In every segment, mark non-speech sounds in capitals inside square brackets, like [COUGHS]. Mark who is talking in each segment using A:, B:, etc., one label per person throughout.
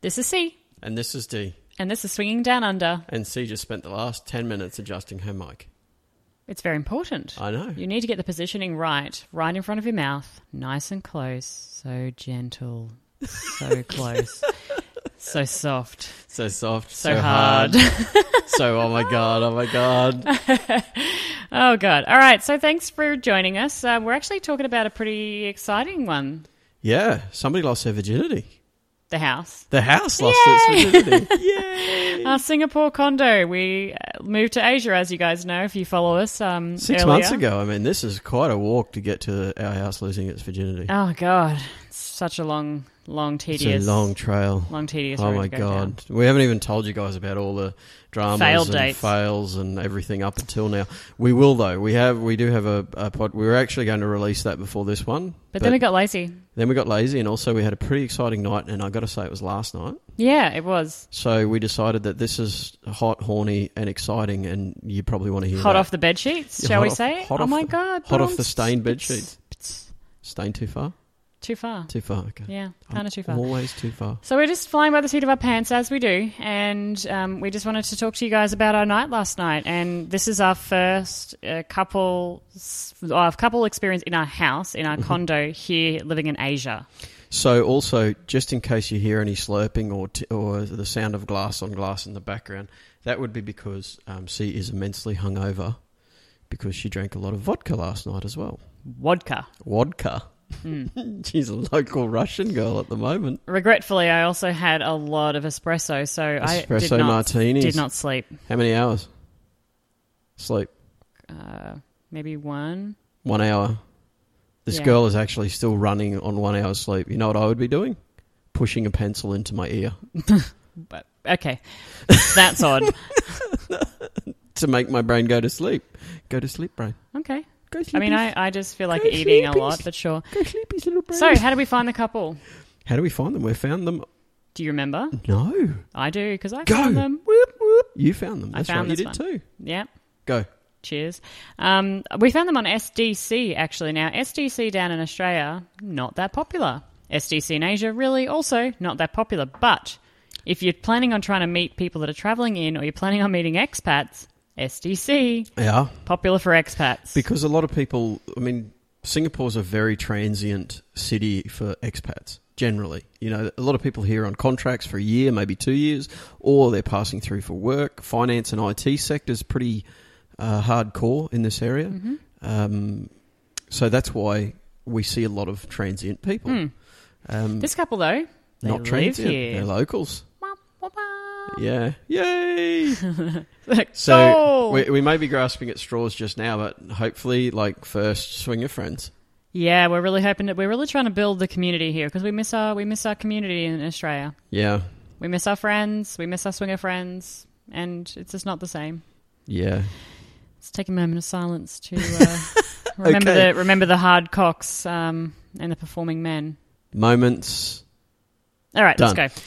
A: This is C,
B: And this is D.
A: and this is Swinging Down Under.
B: And C just spent the last 10 minutes adjusting her mic.
A: It's very important.
B: I know.
A: You need to get the positioning right, right in front of your mouth, nice and close, so gentle,
B: [LAUGHS]
A: so close, so soft,
B: So soft,
A: so, hard.
B: [LAUGHS] so, oh my God, oh my God.
A: [LAUGHS] oh, God. All right. So, thanks for joining us. Uh, we're actually talking about a pretty exciting one
B: Yeah, somebody lost her virginity.
A: the house.
B: The house lost
A: [LAUGHS]
B: its virginity. Yay!
A: Our Singapore condo. We uh, moved to Asia, as you guys know, if you follow us. Um,
B: Six
A: earlier.
B: months ago, I mean, this is quite a walk to get to our house losing its virginity.
A: Oh, God. It's such a long, long,
B: it's
A: tedious.
B: a long trail.
A: long tedious
B: Oh
A: road
B: my
A: to go down.
B: god! We haven't even told you guys about all the dramas
A: Failed
B: and
A: dates.
B: fails and everything up until now. We will though. We have we do have a, a pod. We were actually going to release that before this one,
A: But then we got lazy.
B: then we got lazy, and also we had a pretty exciting night. And I got to say, it was last night.
A: Yeah, it was.
B: So we decided that this is hot, horny, and exciting, and you probably want to hear
A: Hot
B: that.
A: off the bed sheets,
B: Yeah,
A: shall
B: hot
A: we
B: off-
A: say?
B: hot
A: oh
B: off
A: my
B: the-
A: god.
B: hot
A: but
B: off
A: I'm
B: the stained bed
A: s-
B: sheets.
A: s-
B: Staying too far,
A: Too far.
B: too far. Okay,
A: Yeah,
B: I'm
A: kind of too far.
B: Always too far.
A: So we're just flying by the seat of our pants as we do, and um, we just wanted to talk to you guys about our night last night. And this is our first uh, couple s- uh, couple experience in our house, in
B: Mm-hmm.
A: our condo here, living in Asia.
B: So, also, just in case you hear any slurping or t- or the sound of glass on glass in the background, that would be because um, C is immensely hungover because she drank a lot of vodka last night as well.
A: Vodka.
B: Vodka.
A: Hmm.
B: [LAUGHS] She's a local Russian girl at the moment.
A: Regretfully, I also had a lot of espresso, so I did
B: Espresso
A: not,
B: martinis.
A: did not sleep.
B: How many hours? Sleep.
A: Uh, maybe one.
B: One hour. This
A: Yeah.
B: girl is actually still running on one hour's sleep. You know what I would be doing? Pushing a pencil into my ear
A: but okay, that's
B: [LAUGHS]
A: odd.
B: to make my brain go to sleep. Go to sleep, brain.
A: Okay.
B: Go
A: I
B: sleep.
A: mean, I, I just feel like
B: Go
A: eating a
B: sleepies.
A: lot, but sure.
B: Go sleepy little brain.
A: So, how do we find the couple?
B: How do we find them? We found them.
A: Do you remember?
B: No.
A: I do because I
B: Go.
A: found them.
B: Whoop, whoop. You found them.
A: I
B: That's
A: found
B: right.
A: this
B: you did too.
A: Yep.
B: Go.
A: Cheers. Um, we found them on SDC actually. Now SDC down in Australia, not that popular. SDC in Asia, really also not that popular. But if you're planning on trying to meet people that are traveling in, or you're planning on meeting expats, SDC
B: Yeah.
A: popular for expats.
B: Because a lot of people, I mean, Singapore's a very transient city for expats generally. You know, a lot of people here on contracts for a year, maybe two years, or they're passing through for work. Finance and IT sector's pretty uh, hardcore in this area.
A: Mm-hmm.
B: Um, so that's why we see a lot of transient people. Um,
A: this couple though, Hmm. they
B: not
A: live
B: transient.
A: here.
B: They're locals.
A: Wah, wah, wah.
B: Yeah.
A: [LAUGHS]
B: Yay!
A: Like,
B: So
A: [LAUGHS] "Go!"
B: we, we may be grasping at straws just now, but hopefully, like first swinger friends.
A: yeah, we're really hoping that we're really trying to build the community here because we miss our we miss our community in Australia.
B: Yeah,
A: We miss our friends. We miss our swinger friends, and it's just not the same.
B: yeah.
A: Let's take a moment of silence to uh,
B: [LAUGHS]
A: remember
B: Okay.
A: the remember the hard cocks um, and the performing men.
B: Moments.
A: All right,
B: Done.
A: let's go.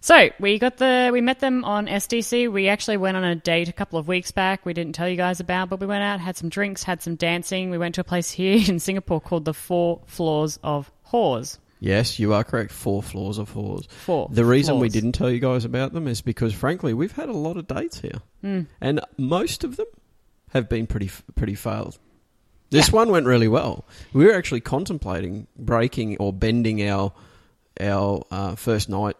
A: So we got the we met them on SDC. We actually went on a date a couple of weeks back. We didn't tell you guys about, but we went out, had some drinks, had some dancing. We went to a place [LAUGHS] here in Singapore called the Four Floors of Whores.
B: Yes, you are correct. Four floors of whores.
A: Four.
B: The reason we
A: floors.
B: didn't tell you guys about them is because, frankly, we've had a lot of dates here,
A: Mm.
B: and most of them have been pretty pretty failed. This one went really well. We were actually contemplating breaking or bending our our uh, first night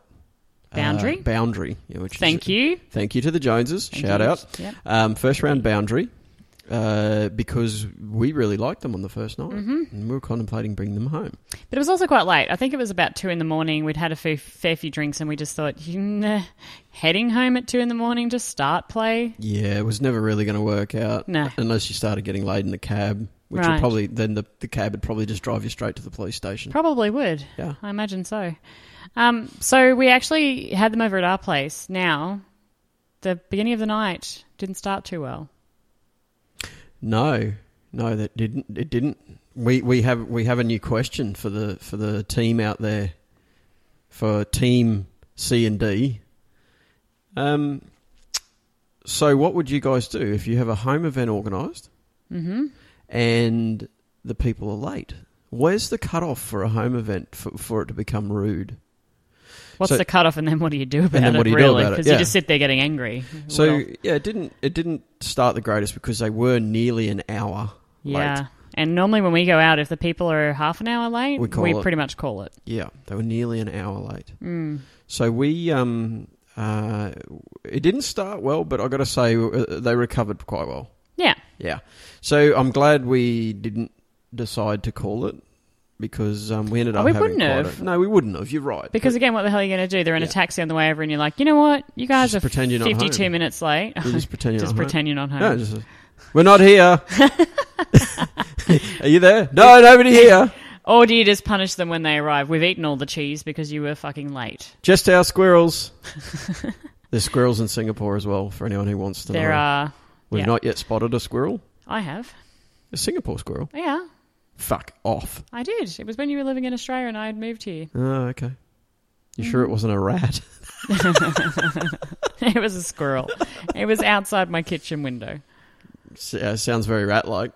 B: uh,
A: Boundary?
B: boundary. Yeah, which
A: Thank
B: is,
A: you.
B: Thank you to the Joneses.
A: Thank
B: Shout
A: you.
B: out.
A: Yep.
B: Um, first round boundary uh, because we really liked them on the first night.
A: Mm-hmm.
B: And we were contemplating bringing them home.
A: But it was also quite late. I think it was about two in the morning. We'd had a few, fair few drinks, and we just thought, "Hmm, "Nah, heading home at two in the morning to start play.
B: Yeah, it was never really going to work out
A: No.
B: unless you started getting laid in the cab, which would
A: Right.
B: probably then the, the cab would probably just drive you straight to the police station.
A: Probably would.
B: Yeah.
A: I imagine so. Um, so we actually had them over at our place. Now, the beginning of the night didn't start too well.
B: No, no, that didn't. It didn't. We we have we have a new question for the for the team out there, for team C and D. Um. So, what would you guys do if you have a home event organised
A: Mm-hmm.
B: and the people are late? Where's the cutoff for a home event for, for it to become rude?
A: What's
B: So-
A: the cutoff, and then what do you do about
B: then
A: it?
B: what do you do
A: really?
B: about it?
A: Because
B: Yeah.
A: you just sit there getting angry.
B: So
A: Well,
B: yeah, it didn't it didn't start the greatest because they were nearly an hour
A: yeah.
B: late.
A: And normally when we go out, if the people are half an hour late, we,
B: We call it.
A: pretty much call it.
B: Yeah, they were nearly an hour late.
A: Mm.
B: So we um uh it didn't start well, but I got to say uh, they recovered quite well.
A: Yeah.
B: Yeah. So I'm glad we didn't decide to call it because um, we ended
A: Oh,
B: up
A: we
B: having
A: wouldn't
B: quite
A: have.
B: A, no, we wouldn't have. You're right.
A: Because again, what the hell are you going to do? They're in
B: Yeah.
A: a taxi on the way over, and you're like, you know what? You guys
B: Just
A: are
B: pretend you're not
A: 52
B: home.
A: minutes late.
B: You just pretend. You're
A: just
B: not home.
A: pretend you're not home.
B: No, just, we're
A: [LAUGHS]
B: not here. [LAUGHS] Are you there? No, nobody here.
A: Or do you just punish them when they arrive? We've eaten all the cheese because you were fucking late.
B: Just our
A: [LAUGHS]
B: squirrels. There's squirrels in Singapore as well. For anyone who wants to
A: There
B: know,
A: are.
B: we've
A: yeah.
B: not yet spotted a squirrel.
A: I have.
B: A Singapore squirrel.
A: Yeah,
B: Fuck off.
A: I did. It was when you were living in Australia and I had moved here. [LAUGHS]
B: Oh, okay. You sure it wasn't a rat? [LAUGHS]
A: it was a squirrel. it was outside my kitchen window. [LAUGHS]
B: S- uh, sounds very rat-like.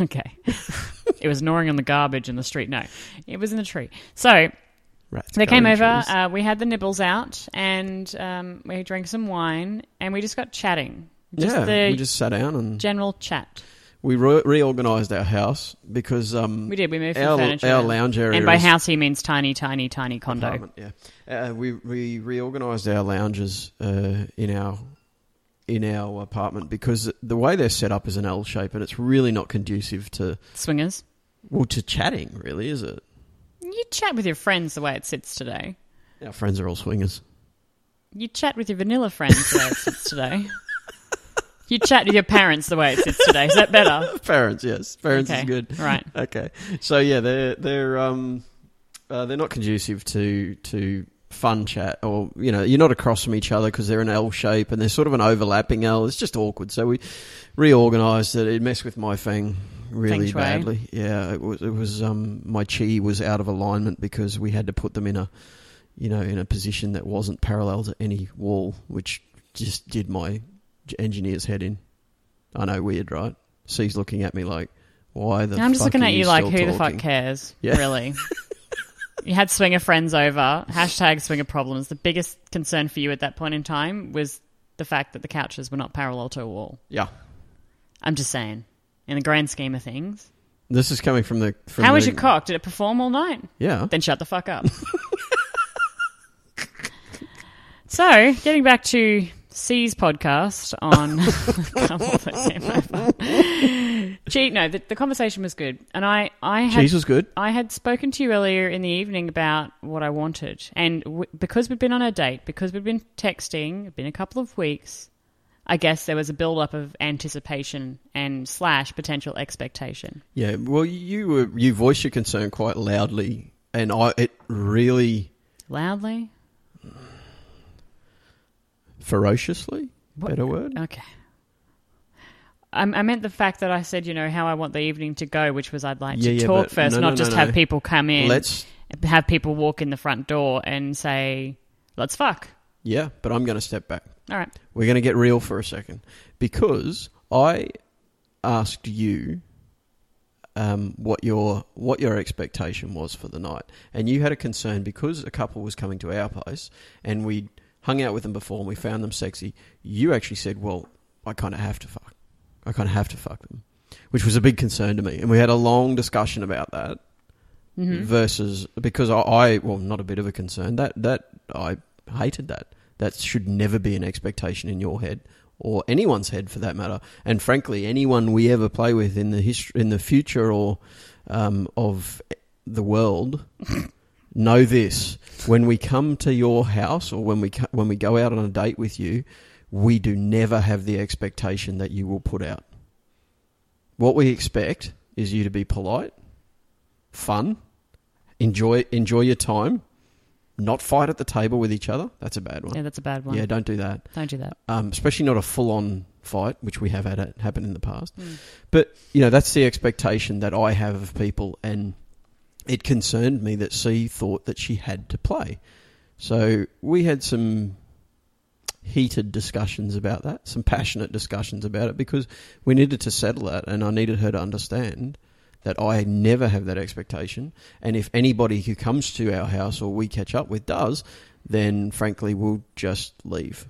A: Okay. [LAUGHS] it was gnawing on the garbage in the street. No, it was in the tree. So
B: Rats.
A: they
B: go
A: came
B: in
A: over.
B: trees.
A: Uh, we had the nibbles out, and um, we drank some wine, and we just got chatting. Just
B: yeah,
A: the
B: we just sat down and
A: general chat.
B: we re- reorganized our house because um,
A: We did. We moved
B: our
A: the furniture.
B: our lounge area
A: and by
B: is
A: house he means tiny, tiny, tiny condo.
B: apartment, yeah, uh, we we reorganized our lounges uh, in our in our apartment because the way they're set up is an L shape and it's really not conducive to
A: Swingers.
B: well to chatting really is it?
A: You chat with your friends the way it sits today.
B: Our friends are all swingers.
A: You chat with your vanilla friends the way it sits
B: [LAUGHS]
A: today. You chat with your parents the way it sits today. Is that better?
B: [LAUGHS] Parents, yes, parents
A: okay.
B: is good.
A: Right.
B: Okay, so yeah, they're they're um uh, they're not conducive to to fun chat or you know you're not across from each other because they're an L shape and they're sort of an overlapping L. It's just awkward. So we reorganised it. It messed with my thing really
A: Feng shui.
B: badly. Yeah, it was it was um my chi was out of alignment because we had to put them in a you know in a position that wasn't parallel to any wall, which just did my engineer's head in. I know, weird, right? C's looking at me like, why the?
A: I'm just
B: fuck
A: looking
B: are
A: at you like, who
B: still
A: the fuck
B: talking?
A: cares?
B: Yeah. [LAUGHS]
A: Really? you had swinger friends over. Hashtag swinger problems. The biggest concern for you at that point in time was the fact that the couches were not parallel to a wall.
B: Yeah.
A: I'm just saying. In the grand scheme of things.
B: This is coming from the. From
A: How
B: the,
A: was your cock? Did it perform all night?
B: Yeah.
A: Then shut the fuck
B: [LAUGHS]
A: up. so, getting back to C's podcast on. [LAUGHS] Come on, that came over. Gee, no, the, the conversation was good, and I, I had.
B: Cheese was good.
A: I had spoken to you earlier in the evening about what I wanted, and w- because we'd been on a date, because we'd been texting, it'd been a couple of weeks. I guess there was a build-up of anticipation and slash potential expectation.
B: Yeah. Well, you were you voiced your concern quite loudly, and I it really
A: Loudly,
B: ferociously.
A: What-
B: Better word.
A: Okay. I, I meant the fact that I said, you know, how I want the evening to go, which was I'd like
B: Yeah,
A: to
B: yeah,
A: talk
B: but
A: first,
B: no,
A: not
B: no,
A: just
B: no,
A: have
B: no.
A: people come in,
B: Let's.
A: have people walk in the front door and say, let's fuck.
B: Yeah, but I'm going to step back.
A: All right.
B: We're going to get real for a second because I asked you um, what your what your expectation was for the night, and you had a concern because a couple was coming to our place, and we hung out with them before, and we found them sexy. You actually said, "Well, I kind of have to fuck. I kind of have to fuck them," which was a big concern to me, and we had a long discussion about that
A: hmm
B: versus because I, I well not a bit of a concern that that I hated that that should never be an expectation in your head or anyone's head for that matter and frankly anyone we ever play with in the history in the future or um, of the world know this when we come to your house or when we co- when we go out on a date with you we do never have the expectation that you will put out what we expect is you to be polite fun enjoy enjoy your time not fight at the table with each other that's a bad one
A: Yeah, that's a bad one.
B: yeah don't do that
A: Don't do that.
B: um, especially not a full on fight, which we have had it happen in the past.
A: Mm.
B: But you know, that's the expectation that I have of people, and it concerned me that C thought that she had to play. So we had some heated discussions about that, some passionate discussions about it, because we needed to settle that, and I needed her to understand that I never have that expectation. And if anybody who comes to our house or we catch up with does, then frankly, we'll just leave.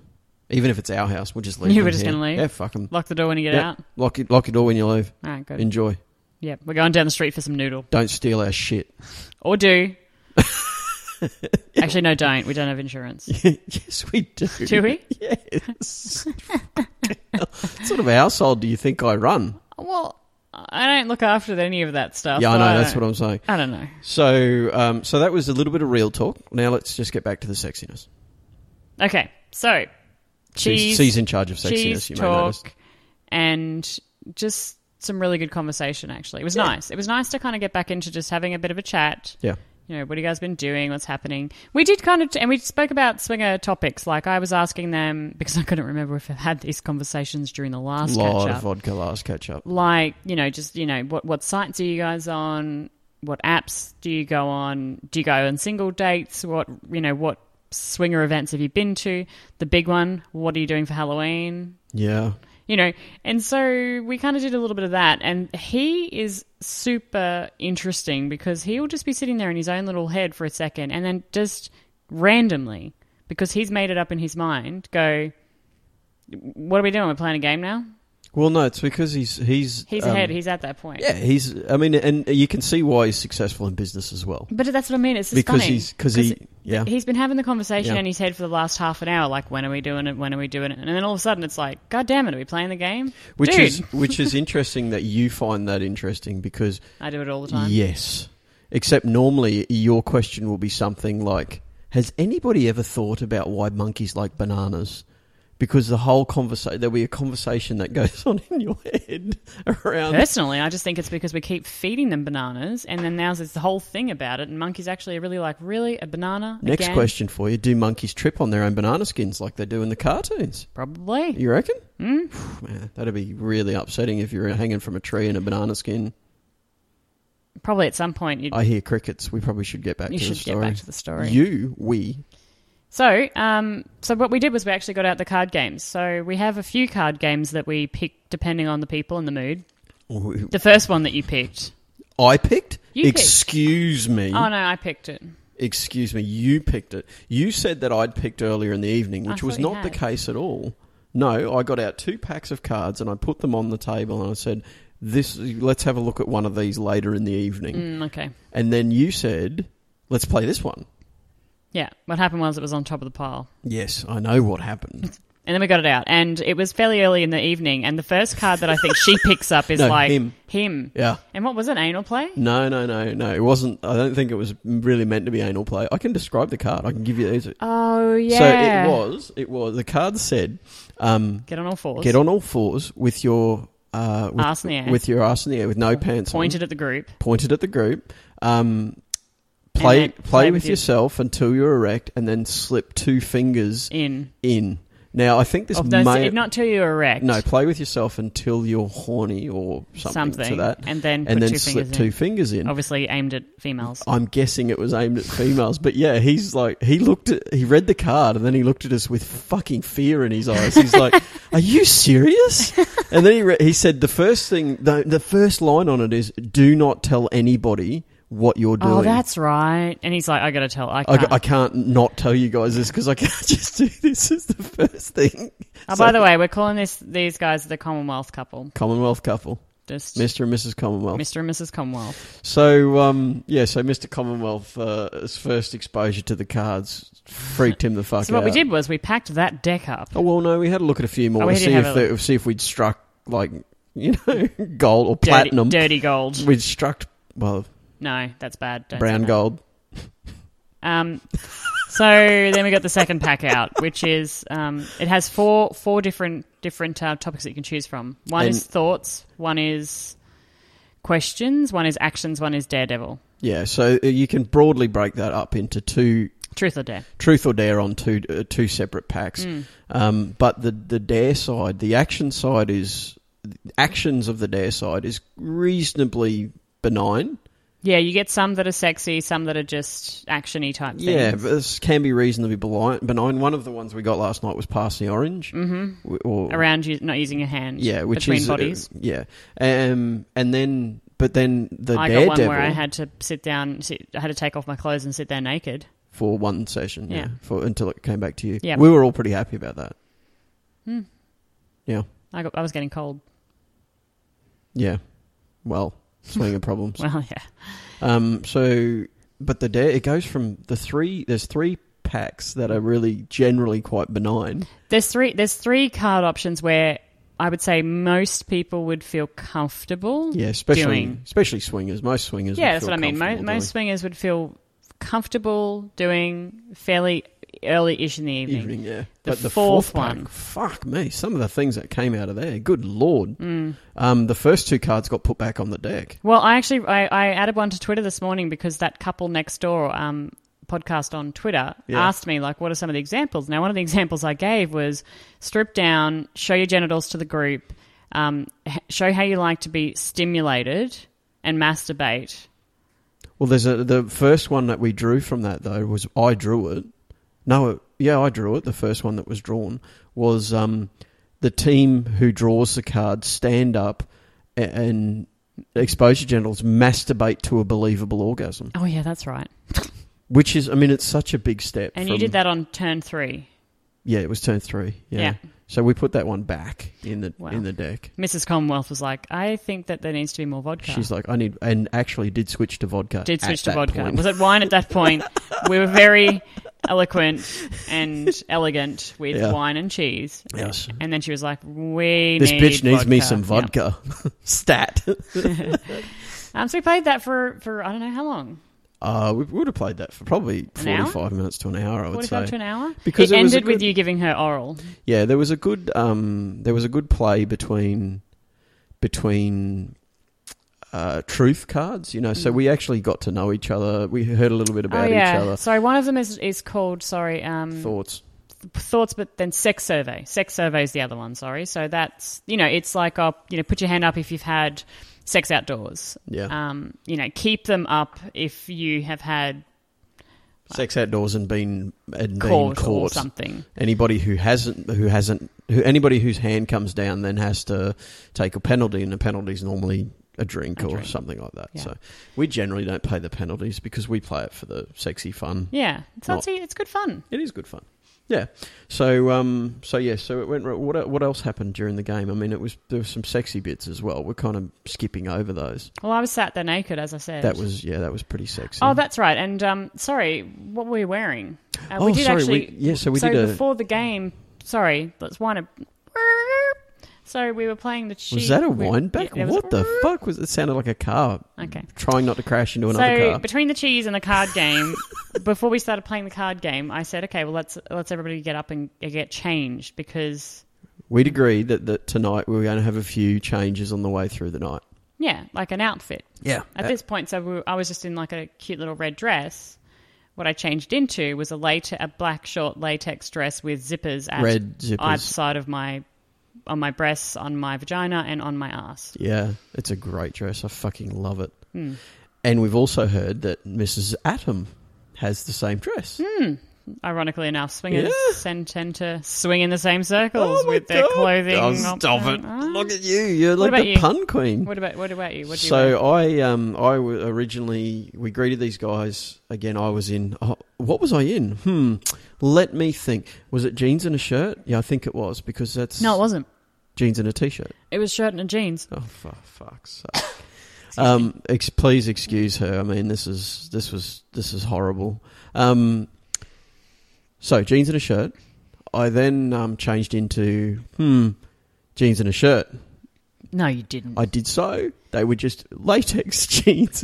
B: Even if it's our house, we'll just leave.
A: You [LAUGHS]
B: them
A: were just
B: here.
A: gonna leave?
B: Yeah, fuck 'em.
A: Lock the door when you get
B: Yeah.
A: out.
B: Lock it, lock your door when you leave.
A: All right, good.
B: Enjoy.
A: yeah, we're going down the street for some noodle.
B: Don't steal our shit.
A: Or
B: [LAUGHS]
A: do. Actually, no, don't. We don't have insurance.
B: yes, we do.
A: Do we?
B: Yes. [LAUGHS] what sort of household do you think I run?
A: Well, I don't look after any of that stuff.
B: yeah,
A: but
B: I know. That's
A: don't-
B: what I'm saying.
A: I don't know.
B: So, um, so that was a little bit of real talk. Now let's just get back to the sexiness.
A: Okay, so
B: She's-
A: cheese,
B: she's in charge of sexiness.
A: cheese
B: You may notice.
A: talk, and just some really good conversation. Actually, it was nice. It was nice to kind of get back into just having a bit of a chat.
B: Yeah.
A: You know, what have you guys been doing? What's happening? We did kind of, and we spoke about swinger topics. Like I was asking them because I couldn't remember if I had these conversations during the last
B: lot
A: catch up.
B: of vodka last catch up.
A: like you know just you know what what sites are you guys on what apps do you go on do you go on single dates what you know what swinger events have you been to the big one what are you doing for halloween
B: Yeah.
A: you know and so we kind of did a little bit of that and he is super interesting because he'll just be sitting there in his own little head for a second and then just randomly because he's made it up in his mind go what are we doing we're playing a game now
B: Well, no, it's because he's he's
A: he's
B: um,
A: ahead he's at that point
B: Yeah, he's. I mean, and you can see why he's successful in business as well.
A: But that's what I mean. It's just
B: Because
A: funny.
B: he's because he yeah
A: he's been having the conversation
B: Yeah.
A: in his head for the last half an hour. Like, when are we doing it? When are we doing it? And then all of a sudden, it's like, God damn it, are we playing the game? [LAUGHS]
B: which
A: Dude,
B: is which is interesting that you find that interesting because
A: I do it all the time.
B: Yes. Except normally your question will be something like Has anybody ever thought about why monkeys like bananas? Because the whole conversation, there'll be a conversation that goes [LAUGHS] on in your head around.
A: Personally, I just think it's because we keep feeding them bananas, and then now there's the whole thing about it. And monkeys actually are really like, really a banana?
B: Next
A: again?
B: question for you Do monkeys trip on their own banana skins like they do in the cartoons?
A: Probably. Hmm?
B: You reckon? Mm. Man, that'd be really upsetting if you're hanging from a tree in a banana skin.
A: Probably at some point you'd,
B: I hear crickets. We probably should get back
A: you
B: to the
A: should get
B: story.
A: back to the story.
B: You, we.
A: So, um, so what we did was we actually got out the card games. So we have a few card games that we pick depending on the people and the mood. The first one that you picked.
B: I picked?
A: You picked.
B: Excuse me.
A: Oh no, I picked it.
B: Excuse me, you picked it. You said that I'd picked earlier in the evening, which
A: I
B: was
A: thought you
B: not the
A: had.
B: case at all. No, I got out two packs of cards and I put them on the table and I said, "This, let's have a look at one of these later in the evening."
A: Mm, okay.
B: And then you said, "Let's play this one."
A: Yeah. What happened was it was on top of the pile.
B: Yes, I know
A: [LAUGHS]
B: what happened.
A: And then we got it out. And it was fairly early in the evening. And the first card that I think she picks up is
B: [LAUGHS] No,
A: like
B: him.
A: him.
B: Yeah.
A: And what was it? Anal play?
B: No, no, no, no. It wasn't. I don't think it was really meant to be anal play. I can describe the card. I can give you these.
A: Oh,
B: So
A: yeah.
B: it was. It was. The card said, um,
A: Get on all fours.
B: Get on all fours with your uh, with,
A: Arse in the air.
B: with your arse in the air with no pants
A: Pointed at the group.
B: on, pointed at the group. Um, play
A: then
B: play, with yourself until you're erect, and then slip two fingers
A: In.
B: in. Now I think this
A: Of those,
B: may
A: not till you're erect.
B: no play with yourself until you're horny or something, to that,
A: And then put
B: and then
A: two
B: slip
A: fingers
B: two
A: in.
B: fingers Oh, in.
A: Obviously aimed at females.
B: I'm guessing it was aimed at females, but yeah, he's like he looked at he read the card and then he looked at us with fucking fear in his eyes.
A: [LAUGHS]
B: He's like, "Are you serious?" And then he re- he said the first thing the, the first line on it is, "Do not tell anybody what you're doing."
A: Oh, that's right. And he's like, I got to tell. I
B: I,
A: can't.
B: ca- I can't not tell you guys this because I can't [LAUGHS] just do this. Is the first thing.
A: oh,
B: So-
A: by the way, we're calling this these guys the Commonwealth couple.
B: Commonwealth couple,
A: Just
B: Mr. and Mrs. Commonwealth.
A: Mr. and Mrs. Commonwealth.
B: So um, yeah, so Mr. Commonwealth, uh, his first exposure to the cards freaked him the fuck
A: So what we
B: out.
A: did was we packed that deck up.
B: Oh well, no, we had a look at a few more
A: Oh, we
B: to
A: did
B: see
A: have
B: if
A: a
B: they, see if we'd struck like you know [LAUGHS] gold or platinum.
A: dirty, dirty gold.
B: We'd struck well
A: No, that's bad. Don't
B: brown
A: say that.
B: gold.
A: Um, so then we got the second pack out, which is um, it has four four different different uh, topics that you can choose from. One
B: And-
A: is thoughts. One is questions. One is actions. One is daredevil.
B: Yeah, so uh, you can broadly break that up into two
A: Truth or dare.
B: truth or dare on two uh, two separate packs.
A: Mm.
B: Um, but the the dare side, the action side is actions of the dare side is reasonably benign.
A: Yeah, you get some that are sexy, some that are just actiony type things.
B: Yeah, this can be reasonably beli- benign. One of the ones we got last night was pass the orange,
A: Mm.
B: mm-hmm. or
A: around you not using your hand.
B: Yeah, which
A: between
B: is uh,
A: bodies.
B: yeah, um, and then But then the
A: I got one
B: daredevil
A: where I had to sit down, sit, I had to take off my clothes and sit there naked.
B: for one session, yeah,
A: Yeah.
B: for until it came back to you.
A: Yeah.
B: we were all pretty happy about that. Yeah,
A: I got, I was getting cold. [LAUGHS]
B: yeah. Well, swinging
A: [LAUGHS]
B: problems.
A: Well, yeah.
B: Um, so, but the dare it goes from the three. There's three packs that are really generally quite benign.
A: There's three. There's three card options where I would say most people would feel comfortable.
B: Yeah, especially
A: Doing.
B: especially swingers. Most swingers.
A: Yeah,
B: would
A: that's
B: feel
A: what I mean. Most,
B: comfortable
A: most swingers would feel comfortable doing fairly early-ish in the
B: doing
A: evening.
B: evening. Yeah,
A: The
B: but the
A: fourth
B: pack,
A: one.
B: Fuck me! Some of the things that came out of there. Good lord.
A: Mm.
B: Um, the first two cards got put back on the deck.
A: Well, I actually I, I added one to Twitter this morning because that couple next door um, podcast on Twitter
B: Yeah.
A: asked me like, what are some of the examples? Now, one of the examples I gave was strip down, show your genitals to the group, um, h- show how you like to be stimulated, and masturbate.
B: Well, there's a, the first one that we drew from that though was I drew it. No, it, yeah, I drew it. The first one that was drawn was um, the team who draws the card stand up a- and expose your genitals, masturbate to a believable orgasm,
A: Oh yeah, that's right.
B: which is, I mean, it's such a big step.
A: And
B: from-
A: you did that on turn three.
B: Yeah, it was turn three. Yeah.
A: Yeah.
B: So we put that one back in the
A: Wow.
B: in the deck.
A: Mrs. Commonwealth was like, I think that there needs to be more vodka.
B: She's like, I need, and actually did switch to vodka.
A: did switch to
B: at that
A: vodka. [LAUGHS]
B: point.
A: Was it wine at that point? we were very
B: [LAUGHS]
A: eloquent and elegant with
B: Yeah.
A: wine and cheese.
B: Yes.
A: And then she was like, "We
B: This
A: need
B: bitch needs me some
A: Yeah.
B: vodka. Stat.
A: [LAUGHS]
B: [LAUGHS]
A: Um, so we played that for for I don't know how long,
B: Uh, we would have played that for probably
A: An hour?
B: 45 minutes to an hour, I would
A: forty
B: say.
A: five to an hour.
B: Because
A: it,
B: it was a
A: ended with
B: good-
A: you giving her oral.
B: Yeah, there was a good um, there was a good play between between uh, truth cards, you know. So we actually got to know each other. We heard a little bit
A: Hmm. Oh
B: about each
A: yeah.
B: other.
A: Sorry, one of them is is called sorry um,
B: Thoughts.
A: thoughts, but then sex survey. Sex survey is the other one. Sorry. So that's you know it's like uh, you know put your hand up if you've had sex outdoors.
B: Yeah.
A: Um, you know keep them up if you have had
B: Sex outdoors and been and
A: caught,
B: been
A: or
B: caught.
A: something.
B: Anybody who hasn't who hasn't who anybody whose hand comes down then has to take a penalty and the penalty's normally a drink
A: A
B: or
A: drink.
B: something like that.
A: Yeah.
B: So we generally don't pay the penalties because we play it for the sexy fun.
A: Yeah, it's
B: Not-
A: not, it's good fun.
B: It is good fun. Yeah. So um so yeah, so it went what el- what else happened during the game? I mean, it was there were some sexy bits as well. We're kind of skipping over those.
A: Well, I was sat there naked, as I said.
B: That was yeah, that was pretty sexy.
A: Oh, that's right. And um, sorry, what were you wearing? Uh,
B: Oh,
A: we did
B: sorry,
A: actually.
B: we- yeah, so we
A: so
B: did a-
A: before the game. Sorry, let's wind up. So we were playing the. Cheat.
B: was that a
A: we-
B: wind back?
A: yeah, there was
B: what
A: a-
B: the fuck was it sounded like a car
A: Okay.
B: trying not to crash into Oh, another
A: So
B: car.
A: between the cheese and the card
B: [LAUGHS]
A: game, before we started playing the card game, I said, "Okay, well let's let's everybody get up and get changed because
B: We'd agreed that, that tonight we were going to have a few changes on the way through the night.
A: yeah, like an outfit.
B: Yeah.
A: At this point, so we, I was just in like a cute little red dress. What I changed into was a late a black short latex dress with zippers at
B: Red zippers.
A: either side of my on my breasts, on my vagina, and on my ass.
B: Yeah, it's a great dress. I fucking love it.
A: Hmm.
B: And we've also heard that Mrs. Atom has the same dress.
A: Hmm. Ironically enough, swingers
B: Yeah.
A: tend, tend to swing in the same circles with their clothing.
B: Oh,
A: up
B: stop
A: and-
B: it.
A: Ah.
B: Look at you. You're like
A: about
B: the
A: you?
B: pun queen.
A: What about what about you? What do you
B: so
A: wear?
B: I, um, I w- originally we greeted these guys again. I was in. Oh, what was I in? Hmm. Let me think. Was it jeans and a shirt? Yeah, I think it was because that's
A: No, it wasn't.
B: jeans and a t-shirt.
A: It was shirt and jeans.
B: Oh, for fuck's sake. [LAUGHS] um, ex- please excuse her. I mean, this is this was this is horrible. Um, so jeans and a shirt. I then um, changed into hmm jeans and a shirt.
A: No, you didn't.
B: I did so. They were just latex [LAUGHS] jeans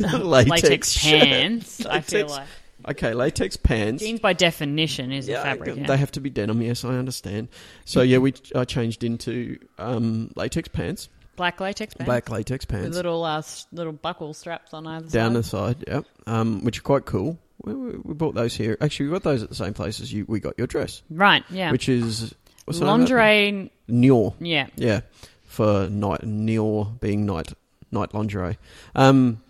A: [LAUGHS]
B: and latex, shirt.
A: pants. I feel
B: Latex-
A: like
B: Okay, latex pants.
A: jeans by definition is a
B: Yeah,
A: fabric. yeah.
B: they have to be denim. Yes, I understand. So yeah, we I changed into um, latex pants,
A: Black latex pants.
B: black latex pants.
A: With little uh, s- little buckle straps on either
B: down the
A: side.
B: side, yeah, um, which are quite cool. We, we, we bought those here. Actually, we got those at the same place as you. We got your dress,
A: right, yeah.
B: which is what's the name of that?
A: Lingerie,
B: Nior,
A: yeah.
B: yeah, for night Nior being night night lingerie, um,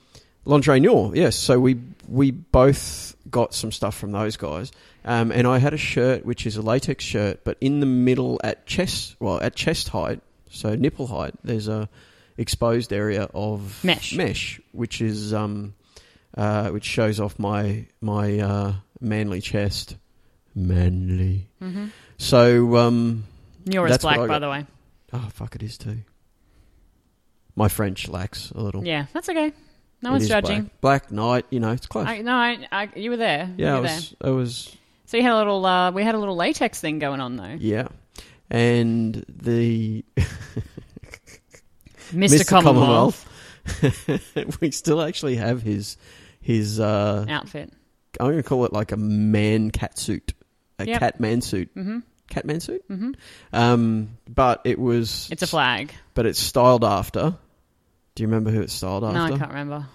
B: lingerie Nior. Yes, so we we both got some stuff from those guys, um, and I had a shirt which is a latex shirt, but in the middle at chest, well, at chest height, so nipple height. There's a exposed area of
A: Mesh.
B: mesh, which is um, uh, which shows off my my uh, manly chest, manly.
A: Mm-hmm.
B: So um,
A: You're as
B: That's what
A: black,
B: I
A: by
B: got.
A: the way.
B: oh fuck, it is too. My French lacks a little.
A: Yeah, that's okay. No
B: It
A: one's
B: is
A: judging.
B: Black, black night, you know, it's close.
A: I, no, I, I, you were there.
B: yeah,
A: you
B: I
A: were there.
B: was, I was,
A: So you had a little. Uh, we had a little latex thing going on though.
B: yeah. And the [LAUGHS]
A: Mr. Commonwealth,
B: Commonwealth. [LAUGHS] we still actually have his his uh
A: [LAUGHS] outfit.
B: I'm going to call it like a man cat suit, a
A: Yep.
B: cat man suit,
A: Mm-hmm.
B: cat man suit.
A: Mm-hmm.
B: Um, but it was
A: It's a flag.
B: but it's styled after. Do you remember who it's styled after?
A: No, I can't remember.